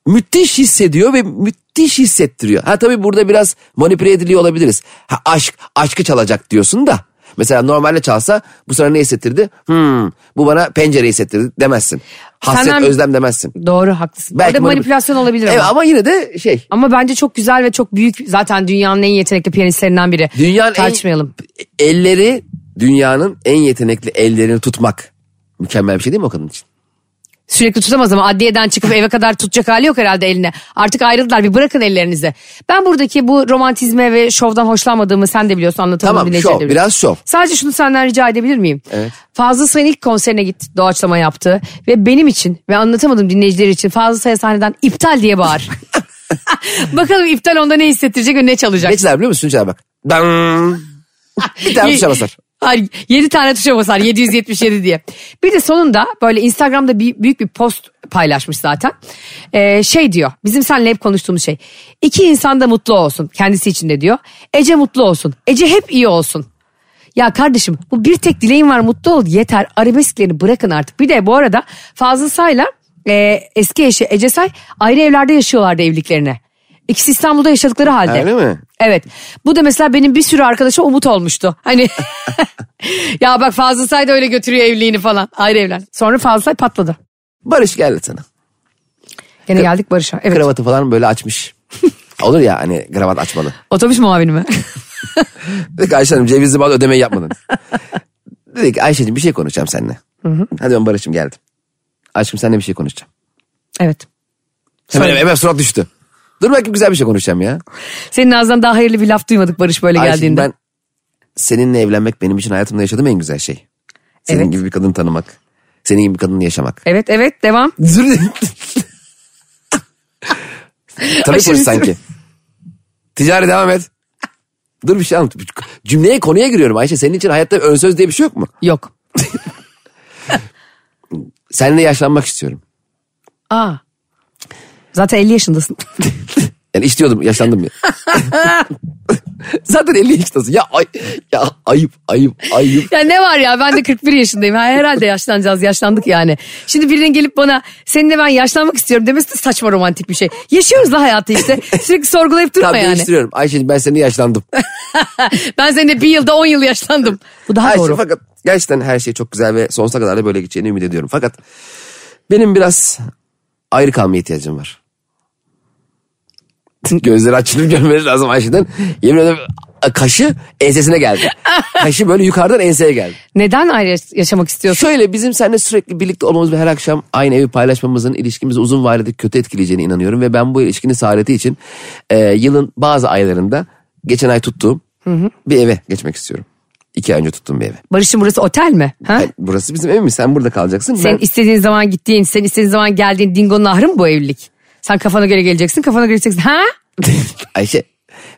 C: Müthiş hissediyor ve müthiş hissettiriyor. Ha tabii burada biraz manipüle ediliyor olabiliriz. Ha, aşk, aşkı çalacak diyorsun da. Mesela normalde çalsa bu sana ne hissettirdi? Hmm, bu bana pencere hissettirdi demezsin. Hasret,
B: Senden-
C: özlem demezsin.
B: Doğru haklısın. Belki
C: manipü-
B: manipülasyon olabilir
C: Evet,
B: ama.
C: ama yine de şey.
B: Ama bence çok güzel ve çok büyük zaten dünyanın en yetenekli piyanistlerinden biri.
C: Dünyanın en-
B: Tartışmayalım.
C: elleri dünyanın en yetenekli ellerini tutmak. Mükemmel bir şey değil mi o kadın için?
B: Sürekli tutamaz ama adliyeden çıkıp eve kadar tutacak hali yok herhalde eline. Artık ayrıldılar bir bırakın ellerinizi. Ben buradaki bu romantizme ve şovdan hoşlanmadığımı sen de biliyorsun anlatamam.
C: Tamam,
B: dinleyiciler
C: şov,
B: de biliyor.
C: biraz şov.
B: Sadece şunu senden rica edebilir miyim?
C: Evet.
B: Fazıl Say'ın ilk konserine gitti doğaçlama yaptı. Ve benim için ve anlatamadım dinleyiciler için Fazıl Say'a sahneden iptal diye bağır. Bakalım iptal onda ne hissettirecek ve ne çalacak.
C: Ne çalar biliyor musun? Şunu çalar bak. Dam. bir tane
B: Ye-
C: tuşa basar.
B: Hayır 7 tane tuşa basar 777 diye. Bir de sonunda böyle Instagram'da bir, büyük bir post paylaşmış zaten. Ee, şey diyor bizim seninle hep konuştuğumuz şey. İki insan da mutlu olsun kendisi için de diyor. Ece mutlu olsun. Ece hep iyi olsun. Ya kardeşim bu bir tek dileğin var mutlu ol yeter arabesklerini bırakın artık. Bir de bu arada Fazıl Say'la e, eski eşi Ece Say ayrı evlerde yaşıyorlardı evliliklerine. İkisi İstanbul'da yaşadıkları halde.
C: Öyle mi?
B: Evet. Bu da mesela benim bir sürü arkadaşa umut olmuştu. Hani ya bak Fazıl Say da öyle götürüyor evliliğini falan. Ayrı evlen. Sonra Fazıl Say patladı.
C: Barış geldi sana.
B: Gene geldik Barış'a. Evet.
C: Kravatı falan böyle açmış. Olur ya hani kravat açmalı.
B: Otobüs muavini mi?
C: Dedi ki Ayşe Hanım cevizli bal ödemeyi yapmadın. Dedi ki Ayşe'cim bir şey konuşacağım seninle. Hadi ben Barış'ım geldim. Aşkım seninle bir şey konuşacağım.
B: Evet.
C: Hemen, hemen surat düştü. Dur belki güzel bir şey konuşacağım ya.
B: Senin ağzından daha hayırlı bir laf duymadık Barış böyle
C: Ayşe'cim
B: geldiğinde.
C: ben seninle evlenmek benim için hayatımda yaşadığım en güzel şey. Senin
B: Evet.
C: gibi bir kadın tanımak. Senin gibi bir kadınla yaşamak.
B: Evet evet devam.
C: Tabii
B: Aşırı
C: konuş sanki. Ticari devam et. Dur bir şey anlat. Cümleye konuya giriyorum Ayşe. Senin için hayatta ön söz diye bir şey yok mu?
B: Yok.
C: Seninle yaşlanmak istiyorum.
B: Aa. Zaten 50 yaşındasın.
C: Yani istiyordum yaşlandım ya. Zaten 50 yaşındasın. Ya, ay, ya ayıp ayıp ayıp.
B: ya ne var ya ben de 41 yaşındayım. Ha, Herhalde yaşlanacağız yaşlandık yani. Şimdi birinin gelip bana seninle ben yaşlanmak istiyorum demesi de saçma romantik bir şey. Yaşıyoruz la hayatı işte. Sürekli sorgulayıp durma
C: Tamam
B: yani.
C: değiştiriyorum. Ayşe ben seni yaşlandım.
B: Ben seninle bir yılda 10 yıl yaşlandım. Bu daha
C: Ayşe
B: doğru.
C: fakat gerçekten her şey çok güzel ve sonsuza kadar da böyle gideceğini ümit ediyorum. Fakat benim biraz ayrı kalmaya ihtiyacım var. Gözleri açılıp görmeniz lazım Ayşe'den. Yemin ederim kaşı ensesine geldi. Kaşı böyle yukarıdan enseye geldi.
B: Neden ayrı yaş- yaşamak istiyorsun?
C: Şöyle bizim seninle sürekli birlikte olmamız ve her akşam aynı evi paylaşmamızın ilişkimizi uzun vadede kötü etkileyeceğine inanıyorum. Ve ben bu ilişkinin saadeti için e, yılın bazı aylarında geçen ay tuttuğum bir eve geçmek istiyorum. İki ay önce tuttuğum bir eve.
B: Barış'ın burası otel mi? Ha?
C: Hayır, burası bizim evimiz. Sen burada kalacaksın.
B: Sen
C: ben,
B: istediğin zaman gittiğin, sen istediğin zaman geldiğin dingonun ahırı mı bu evlilik? Sen kafana göre geleceksin, kafana göre gideceksin. Ha?
C: Ayşe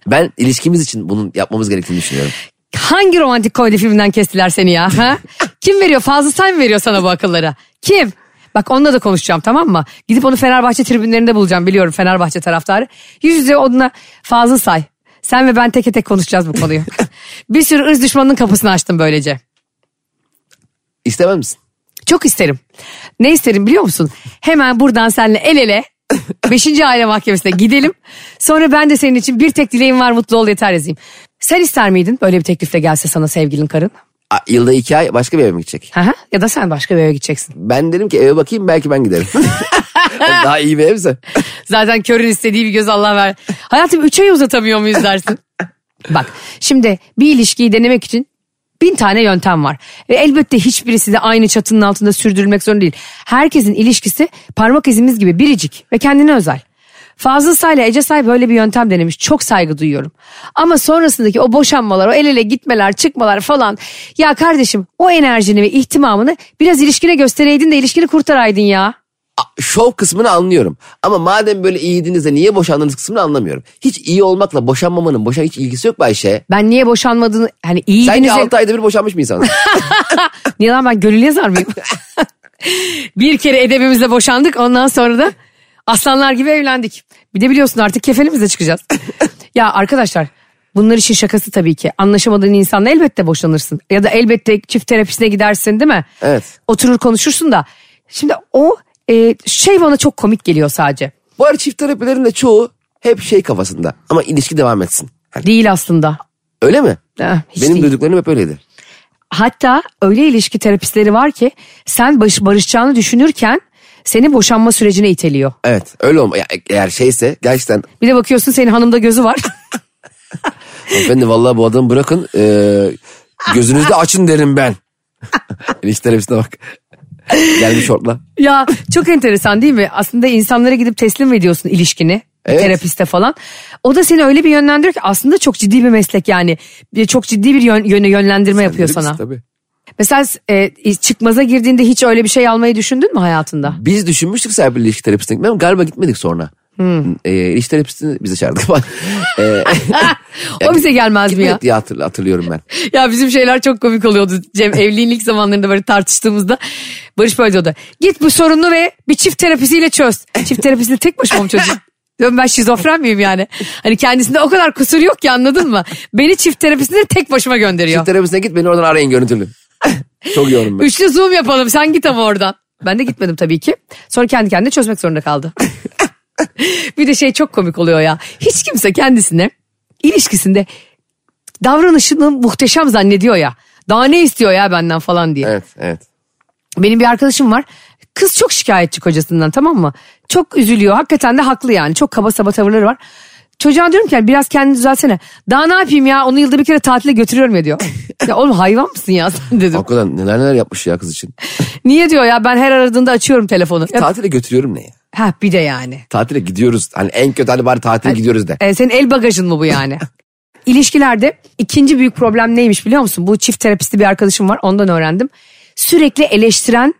C: ben ilişkimiz için bunun yapmamız gerektiğini düşünüyorum.
B: Hangi romantik komedi filminden kestiler seni ya? Ha? Kim veriyor? Fazla Say mı veriyor sana bu akıllara? Kim? Bak onunla da konuşacağım tamam mı? Gidip onu Fenerbahçe tribünlerinde bulacağım biliyorum Fenerbahçe taraftarı. Yüz yüze onunla Fazıl Say. Sen ve ben teke tek konuşacağız bu konuyu. bir sürü ırz düşmanının kapısını açtım böylece.
C: İstemez misin?
B: Çok isterim. Ne isterim biliyor musun? Hemen buradan seninle el ele 5. aile mahkemesine gidelim. Sonra ben de senin için bir tek dileğim var mutlu ol yeter yazayım. Sen ister miydin böyle bir teklifle gelse sana sevgilin karın?
C: A, yılda iki ay başka bir eve mi gidecek?
B: Hı hı. ya da sen başka bir eve gideceksin.
C: Ben dedim ki eve bakayım belki ben giderim. Daha iyi bir evse.
B: Zaten körün istediği bir göz Allah ver. Hayatım 3 ay uzatamıyor muyuz dersin? Bak şimdi bir ilişkiyi denemek için bin tane yöntem var. Ve elbette hiçbirisi de aynı çatının altında sürdürülmek zorunda değil. Herkesin ilişkisi parmak izimiz gibi biricik ve kendine özel. Fazıl Say ile Ece Say böyle bir yöntem denemiş. Çok saygı duyuyorum. Ama sonrasındaki o boşanmalar, o el ele gitmeler, çıkmalar falan. Ya kardeşim o enerjini ve ihtimamını biraz ilişkine göstereydin de ilişkini kurtaraydın ya.
C: A, şov kısmını anlıyorum. Ama madem böyle iyiydiniz de niye boşandınız kısmını anlamıyorum. Hiç iyi olmakla boşanmamanın boşan hiç ilgisi yok mu Ayşe?
B: Ben niye boşanmadığını hani iyiydiniz.
C: Sen ki
B: ya-
C: 6 ayda bir boşanmış bir insansın.
B: Niye lan ben gönül yazar mıyım? bir kere edebimizle boşandık ondan sonra da aslanlar gibi evlendik. Bir de biliyorsun artık kefenimizle çıkacağız. ya arkadaşlar bunlar işin şakası tabii ki. Anlaşamadığın insanla elbette boşanırsın. Ya da elbette çift terapisine gidersin değil mi?
C: Evet.
B: Oturur konuşursun da. Şimdi o e, şey bana çok komik geliyor sadece.
C: Bu arada çift terapilerin de çoğu hep şey kafasında. Ama ilişki devam etsin. Hani
B: Değil aslında.
C: öyle mi?
B: Eh, hiç
C: Benim
B: değil.
C: duyduklarım hep öyleydi.
B: Hatta öyle ilişki terapistleri var ki sen barış, barışacağını düşünürken seni boşanma sürecine iteliyor.
C: Evet öyle olma. Ya, eğer şeyse gerçekten
B: Bir de bakıyorsun senin hanımda gözü var.
C: Efendim vallahi bu adamı bırakın. Ee, gözünüzü de açın derim ben. Enişte terapisine bak. Gelmiş şortla.
B: ya çok enteresan değil mi? Aslında insanlara gidip teslim ediyorsun ilişkini. bir
C: Evet.
B: Terapiste falan. O da seni öyle bir yönlendiriyor ki aslında çok ciddi bir meslek yani. Bir- Çok ciddi bir yön, yöne yönlendirme yapıyor
C: Dedim,
B: sana.
C: Tabii.
B: Mesela e, çıkmaza girdiğinde hiç öyle bir şey almayı düşündün mü hayatında?
C: Biz düşünmüştük Serpil ilişki terapisine gitmeye ama galiba gitmedik sonra.
B: Hmm.
C: Ee, ilişki terapisini biz çağırdık falan. Ee,
B: o bize gelmez mi ya?
C: gitmedik diye hatırl- hatırlıyorum ben.
B: Ya bizim şeyler çok komik oluyordu Cem evliliğin ilk zamanlarında böyle tartıştığımızda Barış böyle diyordu. Git bu sorununu ve bir çift terapisiyle çöz. Çift terapisiyle tek başıma mı çözeyim? Diyorum ben şizofren miyim yani? Hani kendisinde o kadar kusur yok ki anladın mı? Beni çift terapisine tek başıma gönderiyor.
C: Çift terapisine git beni oradan arayın görüntülü. Çok yoğunum ben.
B: Üçlü zoom yapalım sen git ama oradan. Ben de gitmedim tabii ki. Sonra kendi kendine çözmek zorunda kaldı. bir de şey çok komik oluyor ya. Hiç kimse kendisine ilişkisinde davranışını muhteşem zannediyor ya. Daha ne istiyor ya benden falan diye.
C: Evet evet.
B: Benim bir arkadaşım var. Kız çok şikayetçi kocasından tamam mı? Çok üzülüyor. Hakikaten de haklı yani. Çok kaba saba tavırları var. çocuğa diyorum ki yani biraz kendini düzeltsene. Daha ne yapayım ya onu yılda bir kere tatile götürüyorum ya diyor. ya oğlum hayvan mısın ya sen dedim.
C: Hakikaten neler neler yapmış ya kız için.
B: Niye diyor ya ben her aradığında açıyorum telefonu. Ya,
C: Tatile götürüyorum ne ya?
B: ha bir de yani.
C: Tatile gidiyoruz. Hani en kötü hani bari tatile gidiyoruz de.
B: E, senin el bagajın mı bu yani? İlişkilerde ikinci büyük problem neymiş biliyor musun? Bu çift terapisti bir arkadaşım var ondan öğrendim. Sürekli eleştiren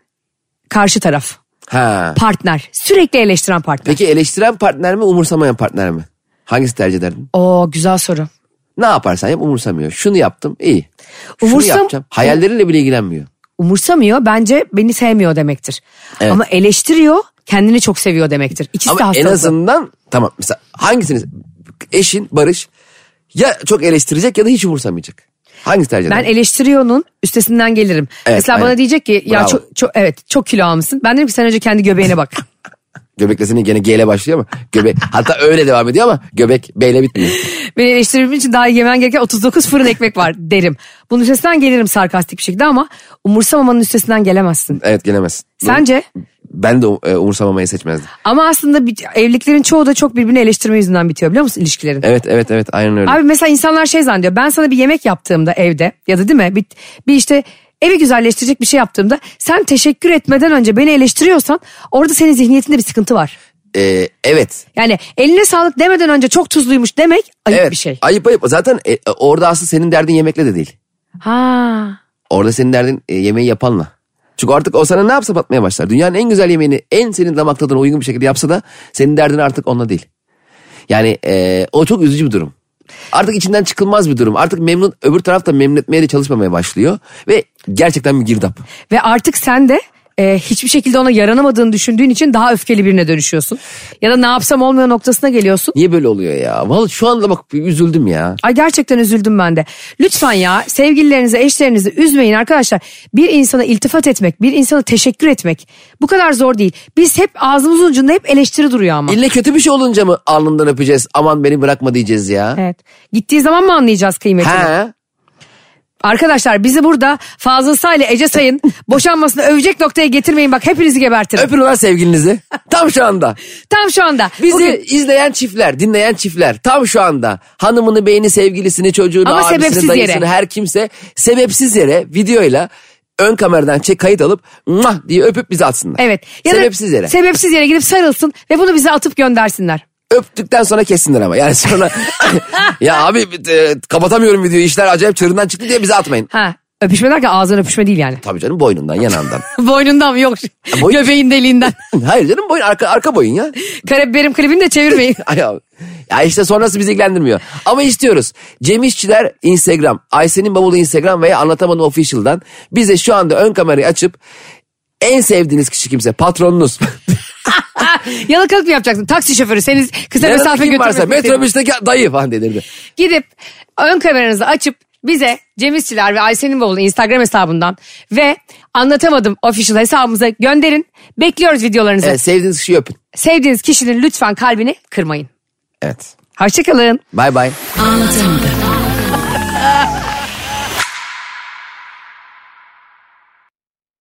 B: karşı taraf.
C: Ha.
B: Partner. Sürekli eleştiren partner.
C: Peki eleştiren partner mi umursamayan partner mi? Hangisi tercih ederdin?
B: Oo güzel soru.
C: Ne yaparsan yap umursamıyor. Şunu yaptım iyi. Şunu
B: Umursam-
C: yapacağım. Hayalleriyle bile ilgilenmiyor.
B: Umursamıyor bence beni sevmiyor demektir.
C: Evet.
B: Ama eleştiriyor kendini çok seviyor demektir. İkisi de
C: Ama en
B: hastalıklı.
C: azından tamam mesela hangisini eşin Barış ya çok eleştirecek ya da hiç umursamayacak. Hangisi tercih
B: Ben
C: ederdin?
B: eleştiriyor'nun üstesinden gelirim.
C: Evet,
B: Mesela
C: aynen.
B: bana diyecek ki ya
C: Bravo.
B: çok, çok- evet çok kilo almışsın. Ben dedim ki sen önce kendi göbeğine bak. e-
C: Göbekle senin gene G ile başlıyor ama göbek hatta öyle devam ediyor ama göbek B ile bitmiyor.
B: Beni eleştirebilmek için daha yemen gereken 39 fırın ekmek var derim. Bunun üstesinden gelirim sarkastik bir şekilde ama umursamamanın üstesinden gelemezsin.
C: Evet gelemez.
B: Sence?
C: Ben de e, umursamamayı seçmezdim.
B: Ama aslında bir- evliliklerin çoğu da çok birbirini eleştirme yüzünden bitiyor biliyor musun ilişkilerin?
C: Evet evet evet aynen öyle.
B: Abi mesela insanlar şey zannediyor ben sana bir yemek yaptığımda evde ya da değil mi bir, bir işte evi güzelleştirecek bir şey yaptığımda sen teşekkür etmeden önce beni eleştiriyorsan orada senin zihniyetinde bir sıkıntı var.
C: E, evet.
B: Yani eline sağlık demeden önce çok tuzluymuş demek ayıp
C: evet.
B: bir şey.
C: Ayıp ayıp. Zaten e, orada aslında senin derdin yemekle de değil.
B: Ha.
C: Orada senin derdin e, yemeği yapanla. Çünkü artık o sana ne yapsa batmaya başlar. Dünyanın en güzel yemeğini en senin damak tadına uygun bir şekilde yapsa da senin derdin artık onunla değil. Yani e, o çok üzücü bir durum. Artık içinden çıkılmaz bir durum. Artık memnun öbür taraf da memnun etmeye de çalışmamaya başlıyor. Ve gerçekten bir girdap.
B: Ve artık sen de e, hiçbir şekilde ona yaranamadığını düşündüğün için daha öfkeli birine dönüşüyorsun. Ya da ne yapsam olmuyor noktasına geliyorsun.
C: Niye böyle oluyor ya? Vallahi şu anda bak bir üzüldüm ya.
B: Ay gerçekten üzüldüm ben de. Lütfen ya sevgililerinizi, eşlerinizi üzmeyin arkadaşlar. Bir insana iltifat etmek, bir insana teşekkür etmek bu kadar zor değil. Biz hep ağzımızın ucunda hep eleştiri duruyor ama.
C: İlle kötü bir şey olunca mı alnından öpeceğiz? Aman beni bırakma diyeceğiz ya.
B: Evet. Gittiği zaman mı anlayacağız kıymetini?
C: Ha?
B: Arkadaşlar bizi burada Fazıl Say ile Ece Say'ın boşanmasını övecek noktaya getirmeyin. Bak hepinizi gebertirim.
C: Öpün lan sevgilinizi. Tam şu anda.
B: Tam şu anda.
C: Bizi
B: Bugün-
C: izleyen çiftler, dinleyen çiftler tam şu anda hanımını, beğeni, sevgilisini, çocuğunu,
B: Ama
C: abisini,
B: sebepsiz
C: dayısını
B: yere.
C: her kimse sebepsiz yere videoyla ön kameradan çek kayıt alıp mah diye öpüp bize atsınlar.
B: Evet. Ya da
C: sebepsiz yere.
B: Sebepsiz yere gidip sarılsın ve bunu bize atıp göndersinler.
C: Öptükten sonra kessinler ama. Yani sonra ya abi e, kapatamıyorum videoyu işler acayip çığırından çıktı diye bize atmayın.
B: Ha. Öpüşme derken ağzından öpüşme değil yani.
C: Tabii canım boynundan yanağından.
B: Boynundan mı? Yok.
C: boy-
B: Göbeğin deliğinden.
C: Hayır canım boyun arka, arka boyun ya.
B: Karabiberim klibini de çevirmeyin.
C: Ay abi. Ya işte sonrası bizi ilgilendirmiyor. Ama istiyoruz. Cem İşçiler Instagram, Aysen'in bavulu Instagram veya Anlatamadım Official'dan bize şu anda ön kamerayı açıp en sevdiğiniz kişi kimse patronunuz.
B: Yalakalık mı yapacaksın? Taksi şoförü seni kısa
C: Yanında
B: mesafe
C: kim varsa
B: götürmek istemiyor.
C: metrobüsteki dayı falan denirdi.
B: Gidip ön kameranızı açıp bize Cem İşçiler ve Aysen'in bavulu Instagram hesabından ve anlatamadım official hesabımıza gönderin. Bekliyoruz videolarınızı.
C: Evet, sevdiğiniz kişiyi öpün.
B: Sevdiğiniz kişinin lütfen kalbini kırmayın.
C: Evet.
B: Hoşçakalın.
C: Bay bay.